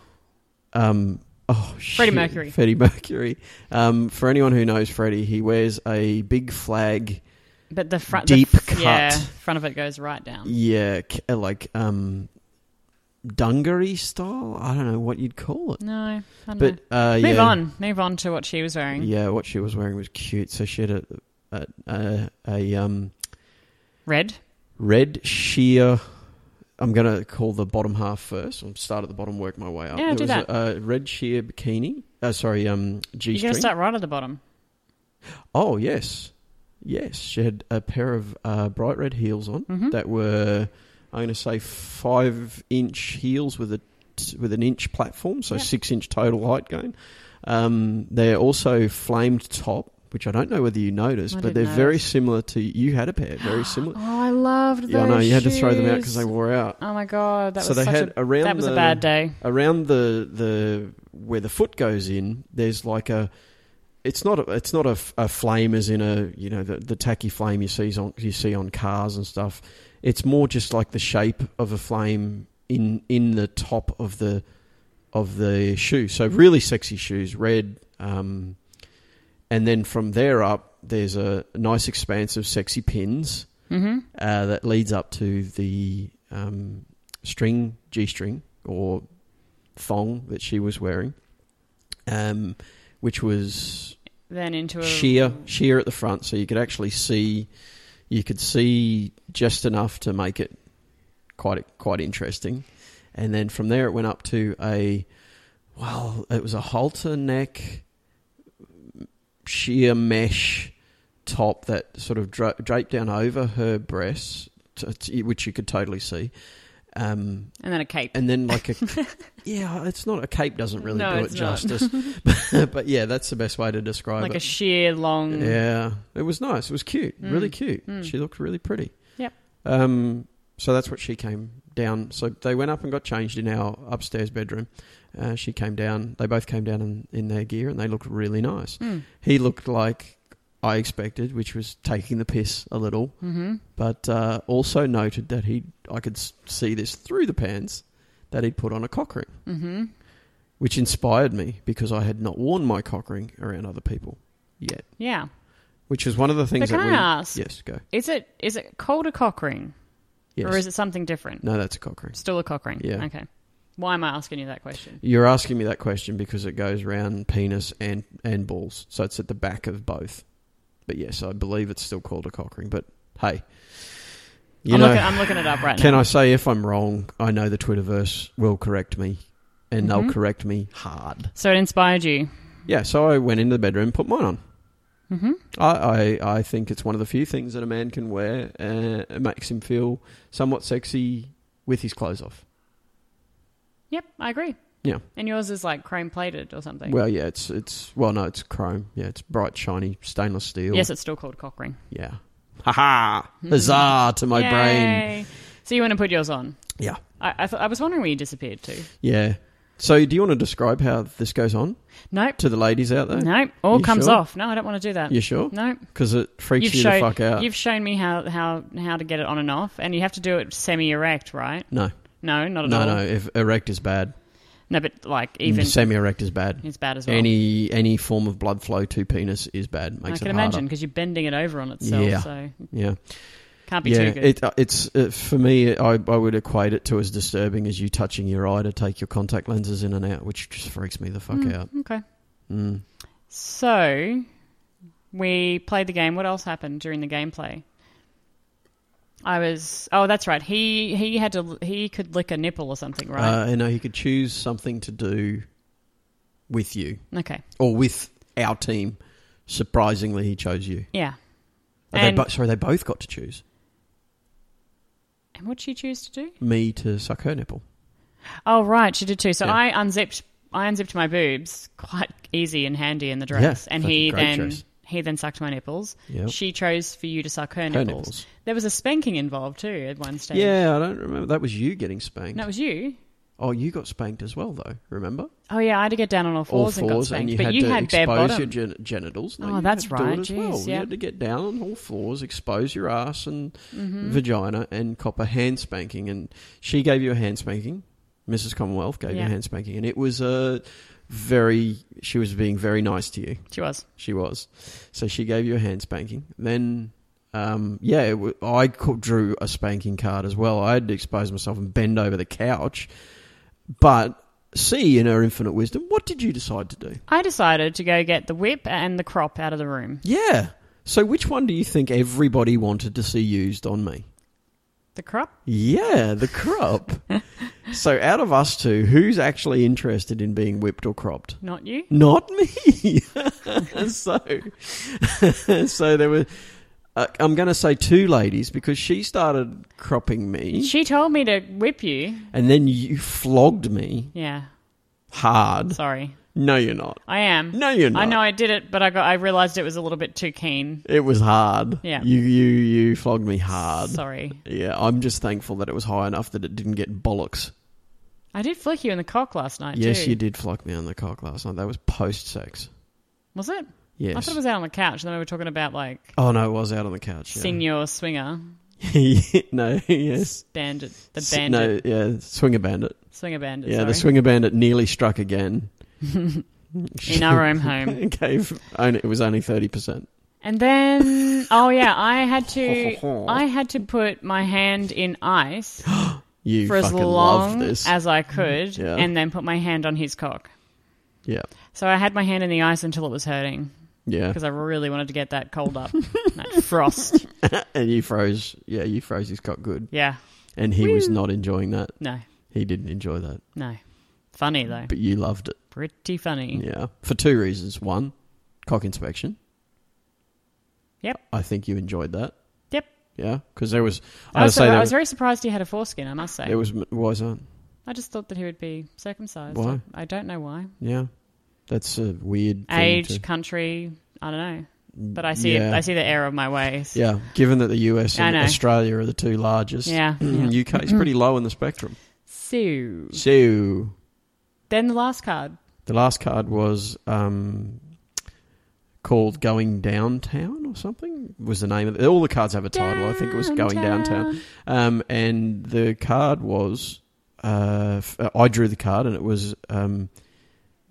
B: Um, oh, shit.
A: Freddie Mercury.
B: Freddie Mercury. Um, for anyone who knows Freddie, he wears a big flag.
A: But the front,
B: Deep
A: the,
B: cut.
A: yeah, front of it goes right down.
B: Yeah, c- uh, like um, dungaree style. I don't know what you'd call it.
A: No, I don't
B: But uh,
A: know. Hmm. Move
B: yeah,
A: on, move on to what she was wearing.
B: Yeah, what she was wearing was cute. So she had a a, a, a um,
A: Red.
B: red sheer. I'm gonna call the bottom half first. I'll start at the bottom, work my way up.
A: Yeah,
B: There
A: do
B: was
A: that.
B: A, a red sheer bikini. Uh, sorry, um,
A: You're
B: g-string.
A: gonna start right at the bottom.
B: Oh yes, yes. She had a pair of uh, bright red heels on
A: Mhm.
B: that were, I'm going to say, five inch heels with a with an inch platform, so
A: Yeah.
B: six inch total height going. Um, they're also flamed top, which I don't know whether you noticed,
A: I
B: but
A: didn't
B: they're very
A: notice.
B: similar to you had a pair, very
A: [GASPS]
B: similar.
A: Oh, I loved those.
B: yeah, I know you had to throw them out because
A: shoes.
B: they wore out.
A: Oh my god, that
B: so
A: was
B: they
A: such
B: had
A: a,
B: around
A: that was
B: the,
A: a bad day.
B: around the the where the foot goes in, there's like a it's not a, it's not a, f- a flame as in a you know the, the tacky flame you see on you see on cars and stuff. It's more just like the shape of a flame in in the top of the of the shoe. So really sexy shoes, red, um, and then from there up, there's a nice expanse of sexy pins
A: Mm-hmm.
B: uh, that leads up to the um, string G string or thong that she was wearing, um, which was
A: Then into a
B: sheer sheer at the front, so you could actually see you could see just enough to make it quite quite interesting, and then from there it went up to a well, it was a halter neck sheer mesh top that sort of dra- draped down over her breasts, t- t- which you could totally see. Um,
A: and then a cape.
B: and
A: [LAUGHS]
B: then like a yeah, it's not a cape doesn't really
A: No,
B: do it
A: it's not.
B: justice,
A: [LAUGHS]
B: [LAUGHS] but, but yeah, that's the best way to describe
A: like
B: it.
A: a sheer long.
B: yeah, it was nice. It was cute,
A: Mm.
B: really cute.
A: Mm.
B: She looked really pretty.
A: Yep.
B: Um, so that's what she came down. So they went up and got changed in our upstairs bedroom. Uh, she came down. They both came down in, in their gear, and they looked really nice.
A: Hmm.
B: He looked like I expected, which was taking the piss a little,
A: Mm-hmm.
B: but uh, also noted that he I could s- see this through the pants that he'd put on a cock ring,
A: Mm-hmm.
B: which inspired me because I had not worn my cock ring around other people yet,
A: Yeah.
B: which is one of the things
A: but
B: that
A: can
B: we
A: I ask?
B: yes go
A: Is it is it called a cock ring
B: yes
A: or is it something different?
B: no that's a cock ring.
A: Still a cock ring.
B: Yeah.
A: Okay. Why am I asking you that question?
B: You're asking me that question because it goes round penis and and balls, so it's at the back of both. But yes, I believe it's still called a cock ring. But hey, you
A: I'm,
B: know,
A: looking, I'm looking it up right
B: Can
A: now.
B: I say if I'm wrong? I know the Twitterverse will correct me, and
A: Mhm.
B: they'll correct me hard.
A: So it inspired you.
B: Yeah, so I went into the bedroom, put mine on.
A: Mm-hmm.
B: I, I, I think it's one of the few things that a man can wear uh, it makes him feel somewhat sexy with his clothes off.
A: Yep, I agree.
B: Yeah.
A: And yours is like chrome plated or something.
B: Well, yeah, it's it's well, no, it's chrome. Yeah, it's bright, shiny, stainless steel.
A: yes, it's still called cock ring.
B: Yeah. Ha ha! Huzzah to my brain.
A: Yay. So you want to put yours on?
B: Yeah.
A: I I, th- I was wondering where you disappeared to.
B: Yeah. So, do you want to describe how this goes on
A: Nope.
B: to the ladies out there?
A: Nope. All
B: You
A: comes
B: sure?
A: off. No, I don't want to do that.
B: You sure?
A: Nope.
B: Because it freaks
A: You've
B: you
A: shown,
B: the fuck out.
A: you've shown me how, how, how to get it on and off, and you have to do it semi erect, right?
B: No,
A: No, not at
B: no,
A: all.
B: no. If erect is bad,
A: No, but like even
B: semi-erect is bad.
A: it's bad as well.
B: Any any form of blood flow to penis is bad.
A: I
B: Makes
A: can
B: it
A: imagine
B: harder.
A: because you're bending it over on itself,
B: Yeah.
A: so
B: Yeah.
A: can't be
B: yeah,
A: too good.
B: It, uh, it's uh, for me. I, I would equate it to as disturbing as you touching your eye to take your contact lenses in and out, which just freaks me the fuck
A: Mm,
B: out.
A: Okay.
B: Mm.
A: So we played the game. What else happened during the gameplay? I was. Oh, that's right. He he had to. He could lick a nipple or something, right?
B: Uh, you know, he could choose something to do with you
A: okay.
B: or with our team. Surprisingly, he chose you.
A: Yeah.
B: Are they
A: And-
B: bo- sorry, they both got to choose
A: And what'd she choose to do?
B: me to suck her nipple.
A: Oh, right. She did too. So
B: Yeah.
A: I unzipped. I unzipped my boobs quite easy and handy in the dress,
B: Yeah,
A: and he
B: fucking great
A: then
B: dress.
A: he then sucked my nipples.
B: Yep.
A: She chose for you to suck her,
B: Her
A: nipples.
B: nipples.
A: There was a spanking involved too at one stage.
B: Yeah, I don't remember. That was you getting spanked.
A: no, it was you.
B: Oh, you got spanked as well, though. Remember?
A: Oh yeah, I had to get down on all
B: all
A: fours, and
B: fours,
A: got
B: and,
A: spanked,
B: you
A: but
B: had
A: you
B: to
A: had bare
B: expose
A: bottom.
B: your gen- genitals. No,
A: Oh,
B: you
A: that's
B: had to do it
A: right.
B: as
A: Jeez,
B: well. You
A: yeah.
B: had to get down on all fours, expose your ass and Mm-hmm.
A: Mm.
B: vagina, and cop a hand spanking. And she gave you a hand spanking. Mrs. Commonwealth gave you a
A: Yeah.
B: hand spanking, and it was a very. She was being very nice to you.
A: She was.
B: She was. So she gave you a hand spanking. Then, um, yeah, it w- I co- drew a spanking card as well. I had to expose myself and bend over the couch. But C, in her infinite wisdom, what did you decide to do?
A: I decided to go get the whip and the crop out of the room.
B: Yeah. So which one do you think everybody wanted to see used on me?
A: The crop?
B: Yeah,
A: [LAUGHS]
B: the crop. so out of us two, who's actually interested in being whipped or cropped?
A: Not you?
B: Not me. [LAUGHS] so, [LAUGHS] so there were. Uh, I'm going to say two ladies because she started cropping me,
A: She told me to whip you.
B: and then you flogged me
A: Yeah.
B: hard.
A: Sorry.
B: No, you're not.
A: I am.
B: No, you're not.
A: I know I did it, but I got I realized it was a little bit too keen.
B: It was hard.
A: Yeah.
B: You you you flogged me hard.
A: Sorry.
B: Yeah, I'm just thankful that it was high enough that it didn't get bollocks.
A: I did flick you in the cock last night
B: yes,
A: too.
B: you did flog me on the cock last night. That was post sex.
A: Was it?
B: Yes.
A: I thought it was out on the couch and then we were talking about like
B: oh no, it was out on the couch. [LAUGHS] Yeah.
A: senior swinger.
B: no. [LAUGHS] Yes.
A: Bandit the
B: S-
A: bandit
B: No. Yeah. Swinger bandit.
A: swinger bandit.
B: Yeah,
A: sorry.
B: the swinger bandit nearly struck again.
A: [LAUGHS] in our
B: [LAUGHS]
A: own home.
B: Gave only, it was only thirty percent.
A: And then, oh yeah, I had
B: [LAUGHS]
A: to, I had to put my hand in ice
B: You
A: for as
B: fucking love
A: long
B: this. Mm-hmm.
A: as I could,
B: Yeah.
A: and then put my hand on his cock.
B: yeah,
A: So I had my hand in the ice until it was hurting
B: yeah.
A: because I really wanted to get that cold
B: [LAUGHS]
A: up, that frost.
B: And you froze. Yeah, you froze his cock good,
A: Yeah,
B: and he was not enjoying that.
A: no,
B: He didn't enjoy that,
A: no, funny though,
B: but you loved it.
A: pretty funny.
B: Yeah, for two reasons. One, cock inspection.
A: Yep.
B: I think you enjoyed that.
A: Yep.
B: Yeah, because there was.
A: I
B: I'd
A: was,
B: say
A: I
B: there
A: was
B: was.
A: very surprised he had a foreskin. I must say,
B: There was uh, why is that?
A: I just thought that he would be circumcised.
B: Why?
A: I, I don't know why.
B: Yeah, that's a weird thing
A: Age,
B: to-
A: country, I don't know. But I see,
B: Yeah.
A: I see the error of my ways.
B: Yeah, given that the US
A: I
B: and
A: know.
B: Australia are the two largest, [CLEARS THROAT]
A: Yeah, yeah.
B: UK is pretty low in the spectrum.
A: So
B: So
A: then the last card.
B: the last card was um, called "Going Downtown" or something. Was the name of it. all the cards have a title? I think it was "Going Downtown," um, and the card was uh, f- uh, I drew the card, and it was um,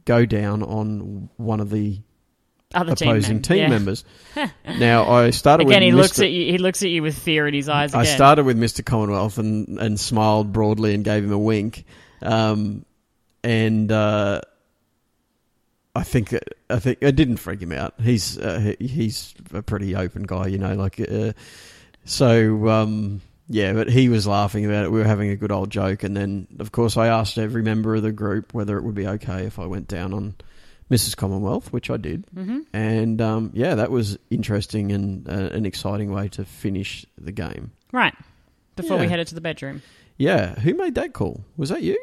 B: "Go down on one of the
A: Other
B: opposing
A: team,
B: team,
A: mem- yeah. [LAUGHS]
B: members." now I started
A: Again,
B: with
A: he
B: Mr.
A: looks at you. He looks at you with fear in his eyes. Again.
B: I started with Mr. Commonwealth and, and smiled broadly and gave him a wink. Um, and uh, I think uh, I think it didn't freak him out. He's uh, he- he's a pretty open guy, you know. Like uh, so, um, yeah. But he was laughing about it. We were having a good old joke, and then of course I asked every member of the group whether it would be okay if I went down on. Mrs. Commonwealth, which I did,
A: hmm
B: and um, yeah, that was interesting and uh, an exciting way to finish the game.
A: Right before we
B: Yeah.
A: headed to the bedroom.
B: Yeah, who made that call? Was that you?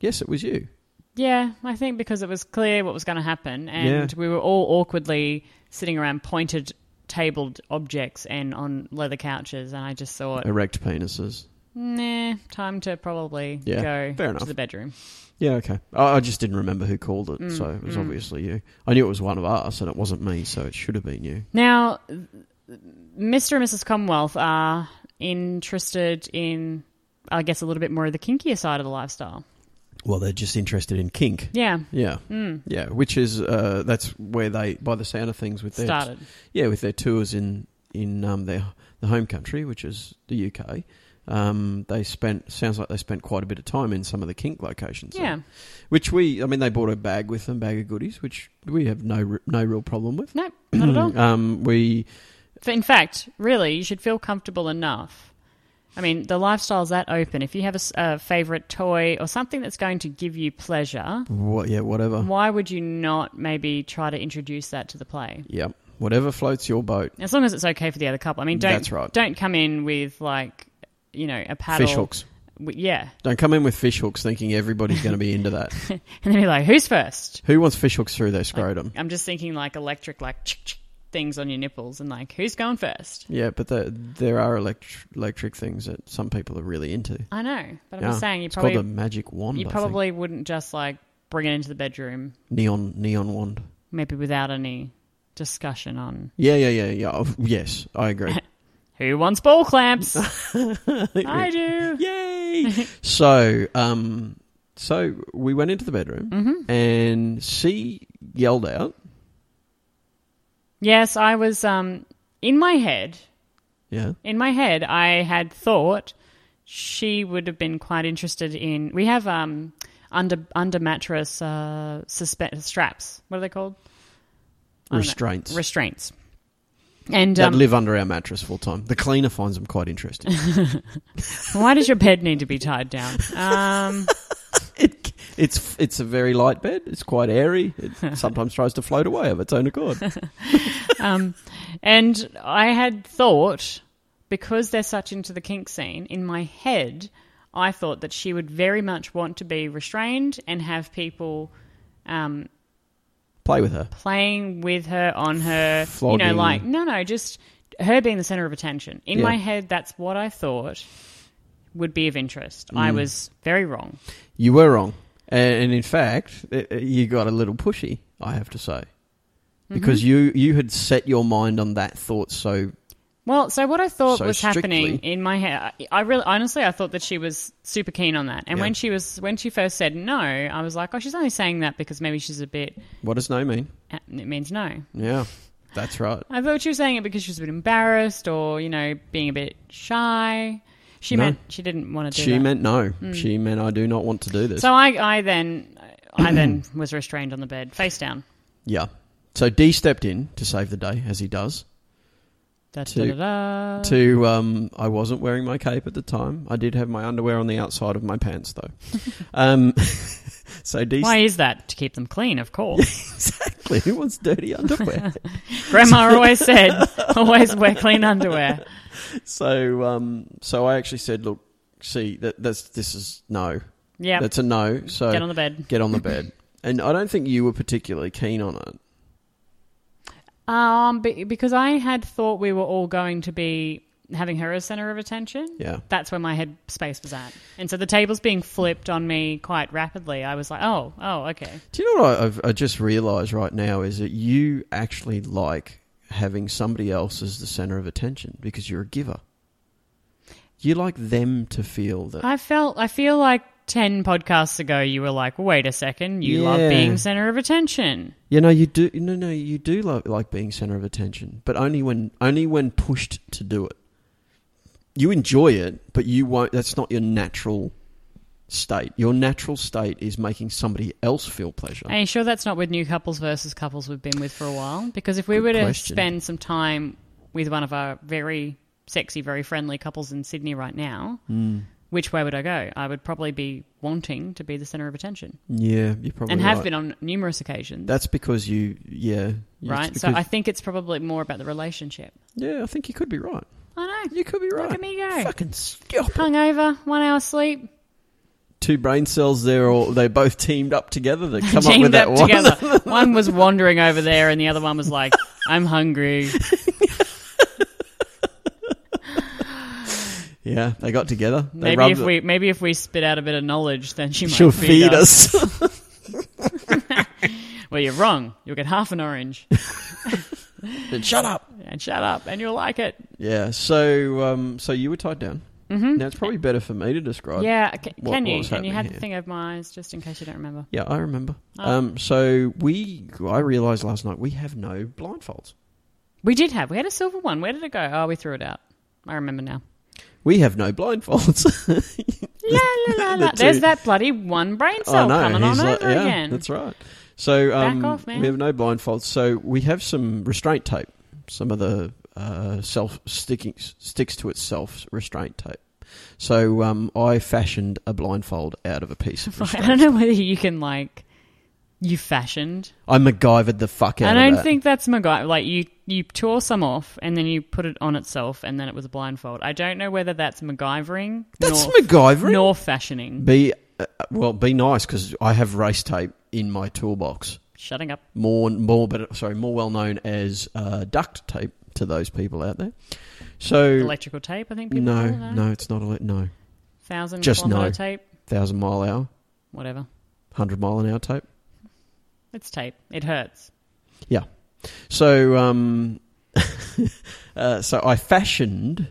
B: Yes, it was you.
A: Yeah, I think because it was clear what was going to happen, and we were all awkwardly sitting around pointed tabled objects and on leather couches, and I just thought,
B: Erect penises.
A: nah, time to probably
B: Yeah,
A: go
B: fair
A: to
B: enough.
A: the bedroom.
B: Yeah, okay. I, I just didn't remember who called it,
A: Mm,
B: so it was
A: mm.
B: obviously you. I knew it was one of us, and it wasn't me, so it should have been you.
A: Now, th- Mr. and Mrs. Commonwealth are interested in, I guess, a little bit more of the kinkier side of the lifestyle.
B: Well, they're just interested in kink.
A: Yeah.
B: Yeah,
A: Mm.
B: yeah. Which is uh, that's where they, by the sound of things, with their
A: Started.
B: yeah, with their tours in in um, their the home country, which is the UK. Um, they spent sounds like they spent quite a bit of time in some of the kink locations.
A: Yeah.
B: which we I mean they bought a bag with them, bag of goodies, which we have no r- no real problem with. [CLEARS THROAT]
A: No, not at all.
B: Um, we
A: In fact, really, you should feel comfortable enough I mean, the lifestyle's that open. If you have a, s- a favorite toy or something that's going to give you pleasure,
B: What? Yeah, whatever.
A: why would you not maybe try to introduce that to the play?
B: Yep. Whatever floats your boat.
A: As long as it's okay for the other couple. I mean, don't
B: That's right.
A: don't come in with like you know a paddle.
B: Fish hooks.
A: W- Yeah, [LAUGHS]
B: Don't come in with fish hooks thinking everybody's going to be into that.
A: and then be like, "Who's first?
B: Who wants fish hooks through
A: [LAUGHS]
B: their scrotum?
A: I'm just thinking like electric, like things on your nipples, and like, who's going first?
B: Yeah, but the, there are elect- electric things that some people are really into.
A: I know, but I'm
B: yeah.
A: just saying you
B: it's
A: probably
B: called the magic wand.
A: you
B: I think.
A: probably wouldn't just like bring it into the bedroom,
B: neon neon wand.
A: maybe without any discussion on
B: Yeah, yeah, yeah, yeah. Oh, yes, I
A: [LAUGHS]
B: agree.
A: who wants ball clamps. I do.
B: Yay! so, um, so we went into the bedroom and she yelled out.
A: Yes, I was um in my head.
B: Yeah.
A: In my head, I had thought she would have been quite interested in. We have um under under mattress uh suspe- straps. What are they called? I don't know.
B: Restraints
A: Restraints. And
B: that
A: um,
B: live under our mattress full time. The cleaner finds them quite interesting.
A: why does your bed need to be tied down? Um,
B: it, it's it's a very light bed. It's quite airy. It sometimes tries to float away of its own accord.
A: um, and I had thought, because they're such into the kink scene, in my head, I thought that she would very much want to be restrained and have people um,
B: Play with her.
A: playing with her on her, you
B: Flogging.
A: know, like, no, no, just her being the center of attention. In
B: Yeah.
A: my head, that's what I thought would be of interest.
B: Mm.
A: I was very wrong.
B: You were wrong, and, and in fact, i- i- you got a little pushy. I have to say, because you you had set your mind on that thought so
A: Well, so what I thought
B: So
A: was happening
B: strictly-
A: in my head, I, I really honestly I thought that she was super keen on that. And
B: Yeah.
A: when she was when she first said no, I was like, oh, she's only saying that because maybe she's a bit.
B: What does no mean?
A: It means no.
B: Yeah, that's right.
A: I thought she was saying it because she was a bit embarrassed or you know being a bit shy. She
B: No.
A: meant she didn't want to do
B: She
A: that. Hmm.
B: meant no. She meant I do not want to do this.
A: so I, I then I then [CLEARS THROAT] was restrained on the bed, face down.
B: yeah. So D stepped in to save the day, as he does.
A: Da, da, da,
B: To-
A: da.
B: To um, I wasn't wearing my cape at the time. I did have my underwear on the outside of my pants,
A: [LAUGHS]
B: though. um, [LAUGHS] so D [LAUGHS]
A: Why is that? To keep them clean, of course.
B: exactly who wants
A: [LAUGHS]
B: dirty underwear?
A: Grandma always said, [LAUGHS] always wear clean underwear.
B: so um, so I actually said, look, see that that's this is no.
A: Yeah,
B: That's a no. So
A: get on the bed.
B: get on the bed. And I don't think you were particularly keen on it.
A: Um, be- because I had thought we were all going to be having her as center of attention.
B: Yeah.
A: That's where my head space was at, and so the table's being flipped on me quite rapidly. I was like, oh, oh, okay.
B: Do you know what I, I've, I just realised right now is that you actually like having somebody else as the centre of attention because you're a giver. You like them to feel that.
A: I felt, I feel like ten podcasts ago you were like, wait a second, you
B: Yeah.
A: love being center of attention.
B: You know, you do. No, no, you do like, like being centre of attention, but only when only when pushed to do it. You enjoy it, but you won't. That's not your natural state. Your natural state is making somebody else feel pleasure.
A: Are you sure that's not with new couples versus couples we've been with for a while? Because if we
B: Good
A: were to
B: question.
A: spend some time with one of our very sexy, very friendly couples in Sydney right now,
B: Hmm.
A: which way would I go? I would probably be wanting to be the center of attention
B: yeah, you probably
A: and have
B: right.
A: been on numerous occasions.
B: That's because you, yeah, it's
A: right? So
B: because-
A: I think it's probably more about the relationship.
B: yeah, I think you could be right.
A: I know.
B: You could be right.
A: Look at me go.
B: Fucking stop.
A: Hungover, one hour sleep,
B: Two brain cells there, or they both teamed up together
A: [LAUGHS]
B: to come up with
A: teamed
B: that
A: up
B: one.
A: together. one was wandering over there, and the other one was like, I'm hungry.
B: [LAUGHS] Yeah, they got together. They
A: Maybe
B: rubbed
A: if
B: it.
A: we maybe if we spit out a bit of knowledge, then she might uh,
B: she'll feed us.
A: [LAUGHS] Well, you're wrong. You'll get half an
B: [LAUGHS]
A: orange.
B: Then Shut up.
A: and shut up, and you'll like it.
B: Yeah. So, um, so you were tied down. Mm-hmm. Now it's probably better for me to describe.
A: yeah, c-
B: what-
A: can
B: what
A: you?
B: was
A: And you
B: happening
A: had the
B: here?
A: thing over my eyes, just in case you don't remember.
B: Yeah, I remember.
A: Oh.
B: Um, so we, I realised last night we have no blindfolds.
A: We did have. We had a silver one. Where did it go? Oh, we threw it out. I remember
B: [LAUGHS]
A: now.
B: We have no blindfolds. [LAUGHS]
A: La, la, la, la.
B: The
A: There's
B: two-
A: that bloody one brain
B: I
A: cell
B: know.
A: coming
B: He's
A: on
B: like-
A: over
B: yeah,
A: again.
B: That's right. So um,
A: off, man.
B: we have no blindfolds. So we have some restraint tape. Some of the uh, self sticking sticks to itself restraint tape. So um, I fashioned a blindfold out of a piece of.
A: [LAUGHS] [LAUGHS] I don't
B: restraint.
A: know whether you can like you fashioned.
B: I MacGyvered the fuck out.
A: I don't
B: of that.
A: think that's MacGyver. Like you, you tore some off and then you put it on itself, and then it was a blindfold. I don't know whether that's MacGyvering.
B: that's
A: nor,
B: MacGyvering.
A: nor fashioning.
B: Be uh, well, be nice because I have race tape in my toolbox.
A: Shutting up.
B: more more but sorry more well known as uh, duct tape to those people out there. So
A: Electrical tape. I think people
B: no,
A: call it,
B: no, it's not a li- no
A: Thousand
B: Just
A: kilometer
B: no.
A: tape.
B: thousand mile hour,
A: Whatever.
B: hundred mile an hour tape.
A: It's tape. It hurts.
B: So um, [LAUGHS] uh, so I fashioned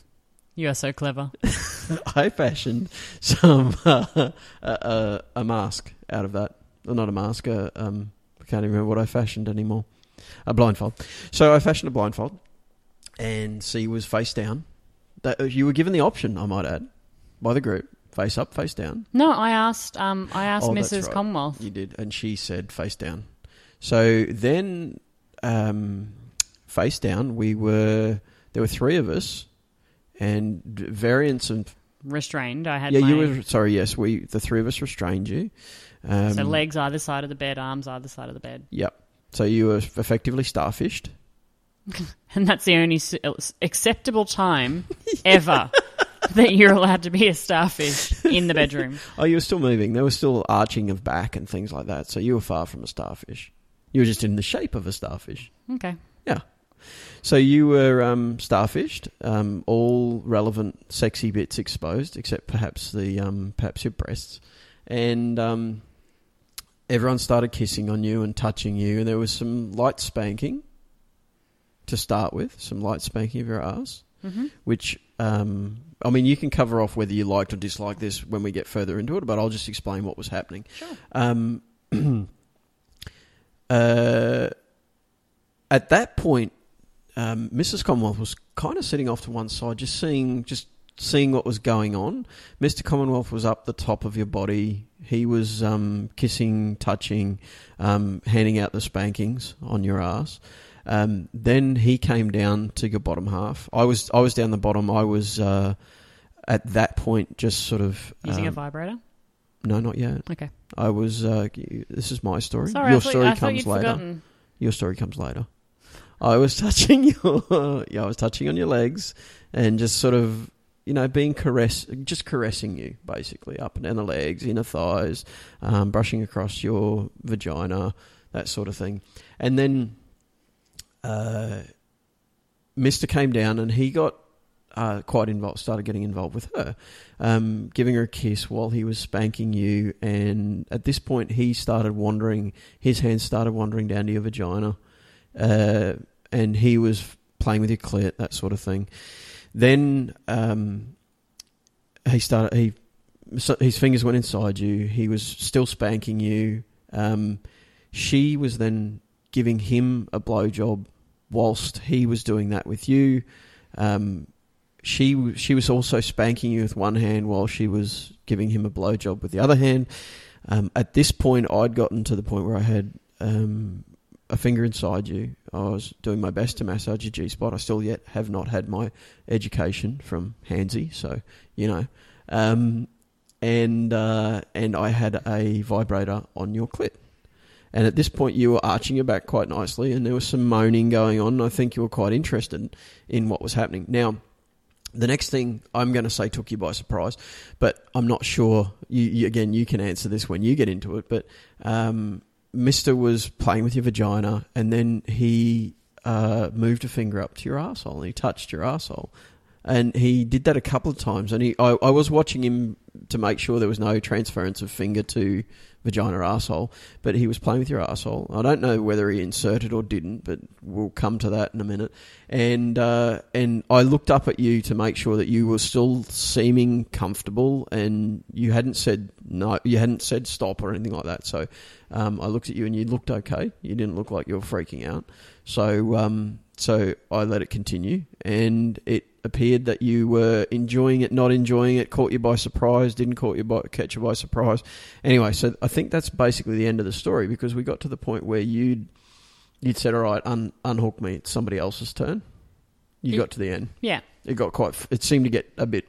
B: [LAUGHS]
A: You are so clever.
B: I fashioned some [LAUGHS] uh, a, a, a mask out of that. Well, not a mask. A, um, I can't even remember what I fashioned anymore. A blindfold. So I fashioned a blindfold, and C was face down. That uh, you were given the option, I might add, by the group, face up, face down.
A: No, I asked. Um, I asked
B: Oh, that's
A: Mrs.
B: right.
A: Commonwealth.
B: You did, and she said face down. So then, um, face down. We were there were three of us, and variants of
A: Restrained. I had.
B: yeah,
A: my,
B: you were sorry. Yes, we the three of us restrained you. Um,
A: so legs either side of the bed, arms either side of the bed, [LAUGHS]
B: Yep. So you were effectively starfished.
A: and that's the only s- acceptable
B: [LAUGHS]
A: time ever that you're allowed to be a starfish in the bedroom.
B: Oh, you were still moving. There was still arching of back and things like that. So you were far from a starfish. You were just in the shape of a starfish.
A: Okay.
B: So you were um, starfished. Um, all relevant sexy bits exposed, except perhaps the um, perhaps your breasts. And um, everyone started kissing on you and touching you. And there was some light spanking to start with. Some light spanking of your ass.
A: hmm
B: which um, I mean, you can cover off whether you liked or disliked this when we get further into it, but I'll just explain what was happening.
A: Sure.
B: Um, [CLEARS THROAT] uh, at that point, um, Mrs. Commonwealth was kind of sitting off to one side, just seeing, just seeing what was going on. Mr. Commonwealth was up the top of your body. He was um, kissing, touching, um, handing out the spankings on your ass. Um, then he came down to your bottom half. I was I was down the bottom. I was uh, at that point just sort of
A: Using a
B: um,
A: vibrator.
B: no, not yet.
A: Okay.
B: I was. Uh, this is my story.
A: Sorry,
B: Your
A: I thought,
B: story
A: I thought
B: comes
A: you'd
B: later.
A: forgotten.
B: Your story comes later. I was [LAUGHS] touching your. Yeah, I was touching on your legs and just sort of, you know, being caress, just caressing you basically up and down the legs, inner thighs, um, brushing across your vagina, that sort of thing, and then. Uh, Mister came down and he got uh, quite involved, started getting involved with her, um, giving her a kiss while he was spanking you. And at this point, he started wandering, his hands started wandering down to your vagina, uh, and he was playing with your clit, that sort of thing. Then um, he started, he, so his fingers went inside you, he was still spanking you. Um, she was then giving him a blowjob whilst he was doing that with you. Um, she she was also spanking you with one hand while she was giving him a blowjob with the other hand. Um, at this point, I'd gotten to the point where I had um, a finger inside you. I was doing my best to massage your G spot. I still yet have not had my education from Hansy, so you know. Um, and uh, and I had a vibrator on your clit. And at this point, you were arching your back quite nicely, and there was some moaning going on. I think you were quite interested in what was happening. Now, the next thing I'm going to say took you by surprise, but I'm not sure. You, you, again, you can answer this when you get into it. But um, Mister was playing with your vagina, and then he uh, moved a finger up to your asshole. He touched your asshole, and he did that a couple of times. And he, I, I was watching him to make sure there was no transference of finger to vagina asshole, but he was playing with your asshole. I don't know whether he inserted or didn't, but we'll come to that in a minute. And uh, and I looked up at you to make sure that you were still seeming comfortable and you hadn't said no, you hadn't said stop or anything like that. So um, I looked at you and you looked okay. You didn't look like you were freaking out. So um, so I let it continue, and it appeared that you were enjoying it, not enjoying it, caught you by surprise, didn't caught you by, catch you by surprise. Anyway, so I think that's basically the end of the story because we got to the point where you'd you'd said, "All right, un, unhook me. It's somebody else's turn." You
A: Ye-
B: got to the end.
A: Yeah.
B: It got quite. It seemed to get a bit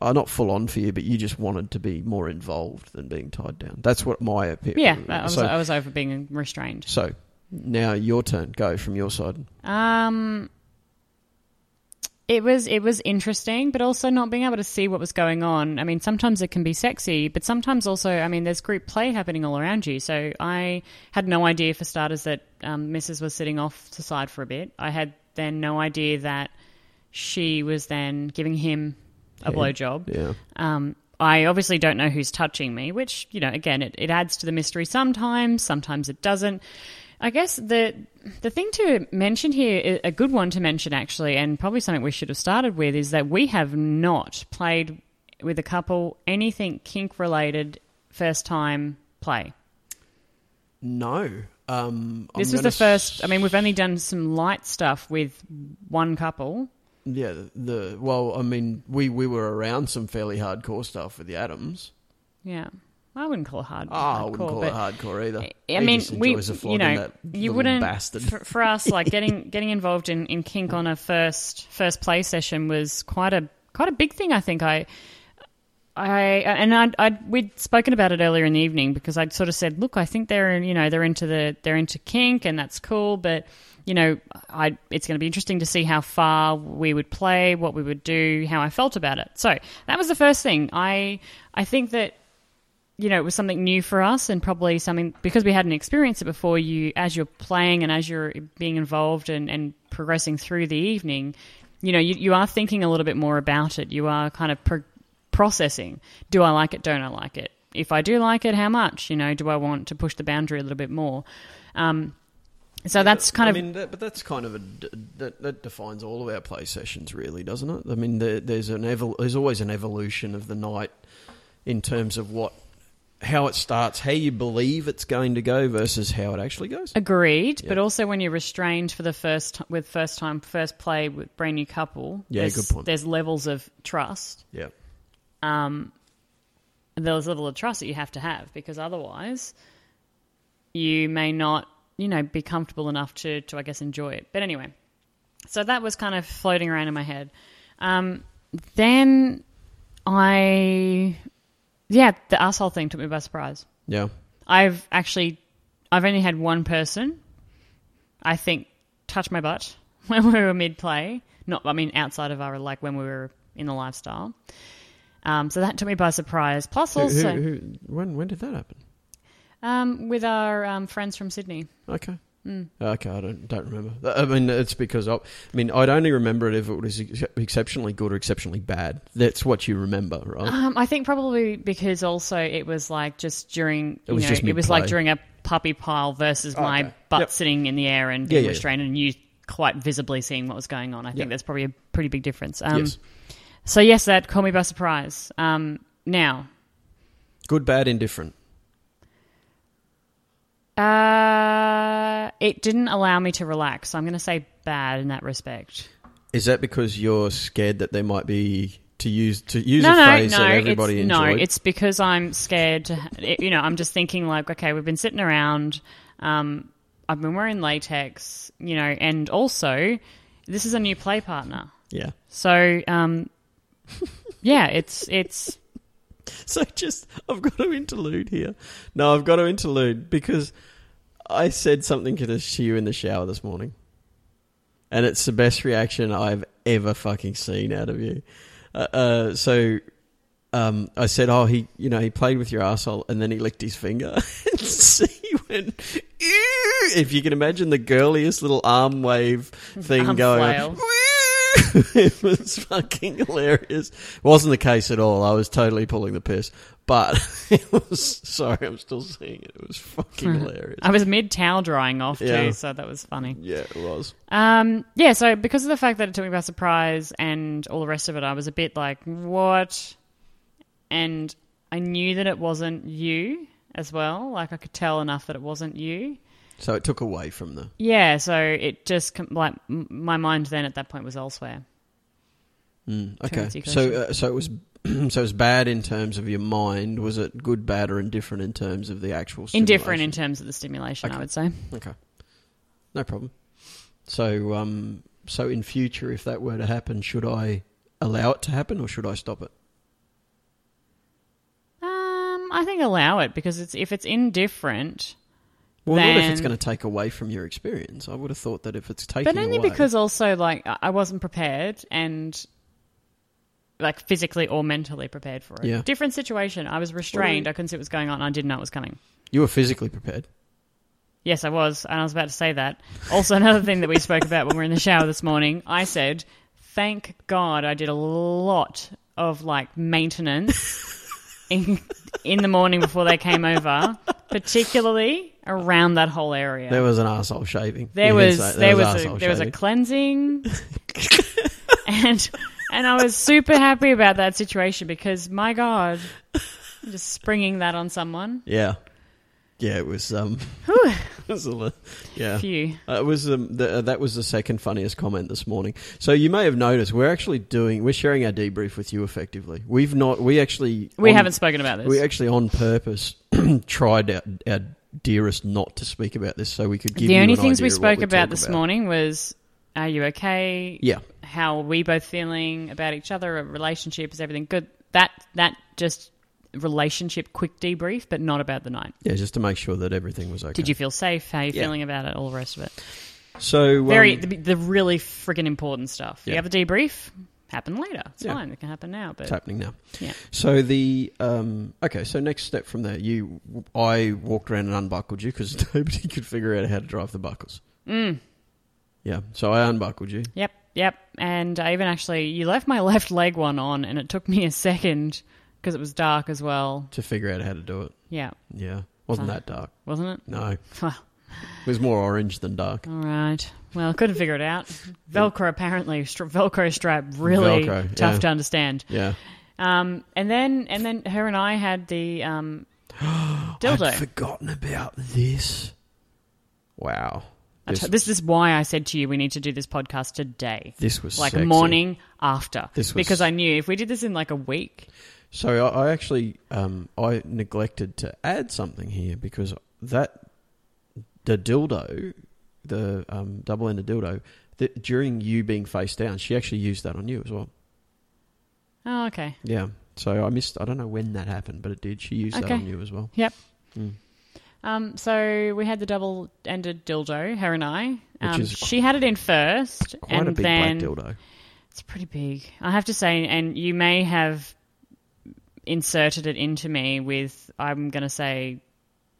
B: uh, not full on for you, but you just wanted to be more involved than being tied down. That's what my opinion.
A: Yeah, I was, uh,
B: so,
A: I was over being restrained.
B: so now your turn. Go from your side.
A: Um, it was it was interesting, but also not being able to see what was going on. I mean, sometimes it can be sexy, but sometimes also, I mean, there's group play happening all around you. So I had no idea, for starters, that um, Mrs. was sitting off to side for a bit. I had then no idea that she was then giving him a blowjob.
B: Yeah.
A: Um, I obviously don't know who's touching me, which, you know, again, it, it adds to the mystery sometimes, sometimes it doesn't. I guess the the thing to mention here, a good one to mention actually, and probably something we should have started with, is that we have not played with a couple anything kink related first time play.
B: No. Um, I'm
A: This was
B: gonna
A: the
B: s-
A: first. I mean, we've only done some light stuff with one couple.
B: Yeah. The, the well, I mean, we we were around some fairly hardcore stuff with the Adams.
A: Yeah, I wouldn't call it hard.
B: Ah, I wouldn't
A: hardcore,
B: call
A: but-
B: it hardcore either.
A: I
B: He
A: mean,
B: just
A: we,
B: enjoys a flog
A: you
B: in
A: know,
B: that
A: you
B: little
A: wouldn't
B: bastard.
A: For, for us like
B: [LAUGHS]
A: getting getting involved in, in kink on a first first play session was quite a quite a big thing. I think I. I and I I we'd spoken about it earlier in the evening because I'd sort of said, look, I think they're you know they're into the they're into kink and that's cool, but you know I it's going to be interesting to see how far we would play, what we would do, how I felt about it. So that was the first thing. I I think that you know, it was something new for us and probably something because we hadn't experienced it before. You, as you're playing and as you're being involved and, and progressing through the evening, you know, you, you are thinking a little bit more about it. You are kind of pro- processing do I like it, don't I like it? If I do like it, how much? You know, do I want to push the boundary a little bit more? Um, so that's kind
B: I
A: of
B: mean, that, but that's kind of a d- that, that defines all of our play sessions, really, doesn't it? I mean, there, there's an evol- there's always an evolution of the night in terms of what how it starts, how you believe it's going to go versus how it actually goes.
A: Agreed, but
B: Yeah.
A: also when you're restrained for the first t- with first time first play with brand new couple,
B: Yeah,
A: there's,
B: good point.
A: There's levels of trust,
B: Yeah,
A: there's level of trust that you have to have because otherwise you may not you know be comfortable enough to to i guess enjoy it but anyway so that was kind of floating around in my head um then i yeah the asshole thing took me by surprise
B: yeah.
A: i've actually i've only had one person i think touch my butt [LAUGHS] when we were mid play not i mean outside of our like when we were in the lifestyle um, so that took me by surprise plus
B: Who-
A: also
B: who, who- when when did that happen?
A: um, with our um, friends from Sydney.
B: Okay.
A: Hmm.
B: Uh, Okay, I don't don't remember. I mean, it's because I, I mean I'd only remember it if it was ex- exceptionally good or exceptionally bad. That's what you remember, right?
A: Um, I think probably because also it was like just during
B: It was
A: you know,
B: just
A: it was like
B: mid-play.
A: during a puppy pile versus
B: Oh,
A: my
B: okay.
A: butt
B: Yep.
A: sitting in the air and
B: Yeah,
A: being
B: yeah, yeah.
A: restrained and you quite visibly seeing what was going on. I think
B: Yeah.
A: that's probably a pretty big difference. Um,
B: yes.
A: So yes, that caught me by surprise. Um, now,
B: Good, bad, indifferent.
A: uh, it didn't allow me to relax. So I'm going to say bad in that respect.
B: Is that because you're scared that there might be to use to use
A: no,
B: a
A: no,
B: phrase
A: no,
B: that everybody
A: it's,
B: enjoyed?
A: No, it's because I'm scared. To, it, you know, I'm just thinking like, okay, we've been sitting around. Um, I've been wearing latex, you know, and also this is a new play partner.
B: yeah.
A: So, um, [LAUGHS] yeah, it's it's
B: [LAUGHS] So just I've got to interlude here. No, I've got to interlude because I said something to this to you in the shower this morning, and it's the best reaction I've ever fucking seen out of you. Uh, uh, so. Um, I said, "Oh, he, you know, he played with your asshole, and then he licked his finger." [LAUGHS] and she went, "Ew!" If you can imagine the girliest little
A: [LAUGHS]
B: arm wave thing
A: Arm
B: going, on.
A: flail.
B: [LAUGHS] it was fucking hilarious. Wasn't the case at all. I was totally pulling the piss, but [LAUGHS] it was. Sorry, I'm still seeing it. It was fucking hilarious.
A: I was mid towel drying off
B: Yeah.
A: too, so that was funny.
B: Yeah, it was.
A: Um, yeah, so because of the fact that it took me by surprise and all the rest of it, I was a bit like, what? And I knew that it wasn't you as well. Like, I could tell enough that it wasn't you.
B: So it took away from the.
A: Yeah, so it just, com- like, m- my mind then at that point was elsewhere.
B: Mm,
A: Currency
B: okay,
A: question.
B: so uh, so it was. [CLEARS THROAT] So it was bad in terms of your mind. Was it good, bad, or indifferent in terms of the actual?
A: Indifferent in
B: stimulation?
A: terms of the stimulation, I
B: Okay.
A: would say. Um,
B: Okay, no problem. So, um, so in future, if that were to happen, should I allow it to happen or should I stop it?
A: I think allow it because it's if it's indifferent,
B: Well, not if
A: Then-
B: it's going to take away from your experience. I would have thought that if it's taking
A: but only
B: away-
A: because also like I I wasn't prepared and like physically or mentally prepared for it.
B: Yeah.
A: Different situation. I was restrained. I couldn't see what was going on. I didn't know it was coming.
B: you were physically prepared.
A: Yes, I was, and I was about to say that. Also, another thing that we spoke about when we were in the shower this morning, I said, "Thank God I did a lot of like maintenance in in the morning before they came over, particularly around that whole area."
B: There was an arsehole shaving.
A: There
B: You can
A: was
B: say-
A: there was a,
B: arsehole
A: there was a
B: shaving.
A: cleansing,
B: [LAUGHS]
A: and and I was super happy about that situation because my God, just springing that on someone.
B: yeah, yeah. It
A: [LAUGHS]
B: was um, [LAUGHS] it was a li- yeah.
A: Phew.
B: Uh, It was um, the, uh, that was the second funniest comment this morning. So you may have noticed we're actually doing we're sharing our debrief with you effectively. We've not we actually
A: We
B: on-
A: haven't spoken about this.
B: we actually on purpose [CLEARS THROAT] tried our, our dearest not to speak about this so we could give
A: the
B: you
A: only
B: an
A: things we
B: idea of what
A: spoke about
B: talk
A: this morning was, are you okay?
B: Yeah,
A: How are we both feeling about each other? A relationship is everything good? That that just relationship quick debrief, but not about the night.
B: yeah, just to make sure that everything was okay.
A: Did you feel safe? How are you
B: Yeah.
A: feeling about it? All the rest of it.
B: So um,
A: Very the, the really friggin' important stuff.
B: Yeah.
A: You have a debrief, happen later. It's
B: Yeah.
A: fine. It can happen now. But
B: it's happening now.
A: yeah,
B: So the um, okay, so next step from there, you I walked around and unbuckled you because [LAUGHS] nobody could figure out how to drive the buckles. Yeah, so I unbuckled you.
A: mm, yep, yep. And I even actually, you left my [LAUGHS] left leg one on, and it took me a second because it was dark as well.
B: to figure out how to do it.
A: Yeah,
B: Yeah. Wasn't that dark.
A: wasn't it?
B: No.
A: Well,
B: It was more orange than dark.
A: all right. Well, couldn't figure it
B: [LAUGHS]
A: out. Velcro apparently, str- Velcro strap really
B: Velcro,
A: tough
B: yeah.
A: to understand.
B: Yeah.
A: Um, and then and then her and I had the
B: [GASPS]
A: um, dildo.
B: I'd forgotten about this. Wow.
A: I
B: This,
A: t- this is why I said to you, we need to do this podcast today.
B: this was
A: like
B: sexy.
A: morning after.
B: This was-
A: because I knew if we did this in like a week,
B: So I, I actually um, I neglected to add something here because that the dildo, the um, double-ended dildo, that during you being face down, she actually used that on you as well.
A: oh okay,
B: Yeah. So I missed. I don't know when that happened, but it did. She used that
A: Okay.
B: on you as well.
A: yep.
B: Mm.
A: Um, so we had the double-ended dildo, her and I. Um,
B: is
A: she had it in first,
B: Quite
A: and
B: a big
A: then
B: black dildo.
A: it's pretty big. I have to say, and you may have inserted it into me with I'm going to say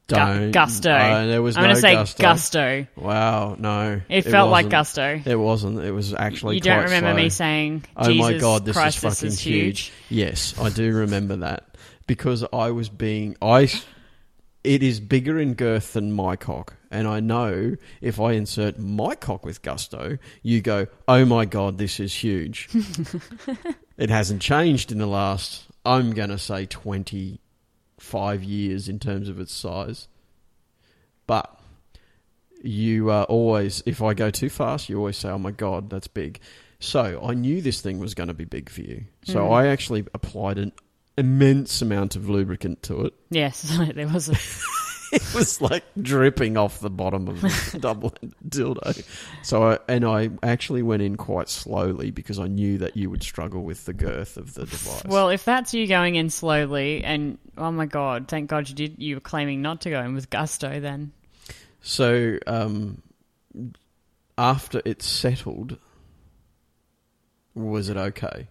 A: gu-
B: Don't.
A: gusto.
B: No, there was
A: I'm
B: no
A: gonna say
B: gusto.
A: gusto.
B: Wow, no.
A: It, felt like
B: wasn't.
A: gusto.
B: It wasn't. It was actually.
A: you don't
B: quite
A: remember
B: slow.
A: me saying,
B: Oh
A: "Jesus
B: my god, this
A: Christ,
B: is fucking
A: this is
B: huge.
A: huge."
B: Yes, I do remember that because I was being I. It is bigger in girth than my cock, and I know if I insert my cock with gusto, you go, "Oh my god, this is huge." it hasn't changed in the last. I'm gonna say twenty five years in terms of its size, but you uh, always, if I go too fast, you always say, "Oh my god, that's big." So I knew this thing was going to be big for you. So
A: Mm.
B: I actually applied an immense amount of lubricant to it.
A: Yes, [LAUGHS] there was a
B: It [LAUGHS] was like dripping off the bottom of the [LAUGHS] double dildo. So I, and I actually went in quite slowly because I knew that you would struggle with the girth of the device.
A: Well, if that's you going in slowly, and oh my god, thank God you did. You were claiming not to go in with gusto. Then
B: So um, after it settled, was it okay?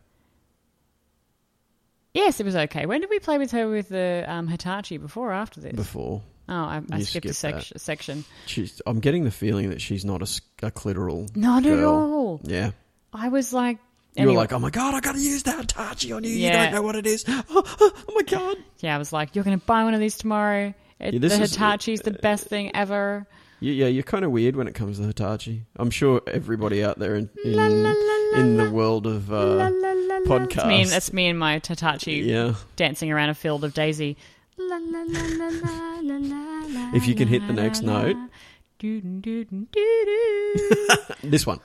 A: yes, it was okay. When did we play with her with the um, Hitachi? Before or after this?
B: Before
A: oh, I, I
B: You
A: skipped a
B: skipped
A: sec- section.
B: She's, I'm getting the feeling that she's not a, s- a clitoral.
A: Not at
B: Girl.
A: all.
B: Yeah.
A: I was like,
B: You
A: anyway,
B: were like, oh my god, I gotta use that Hitachi on you. You
A: Yeah.
B: don't know what it is. [GASPS] Oh, oh, oh my god.
A: yeah, I was like, you're going to buy one of these tomorrow. It,
B: Yeah, this
A: the
B: is- uh,
A: Hitachi's the best thing ever.
B: You, yeah, you're kind of weird when it comes to Hitachi. I'm sure everybody out there in in,
A: La, la, la,
B: in the world of uh, podcasts.
A: That's me, and- that's me and my Hitachi
B: yeah.
A: dancing around a field of daisy.
B: If you can hit the next note. This one.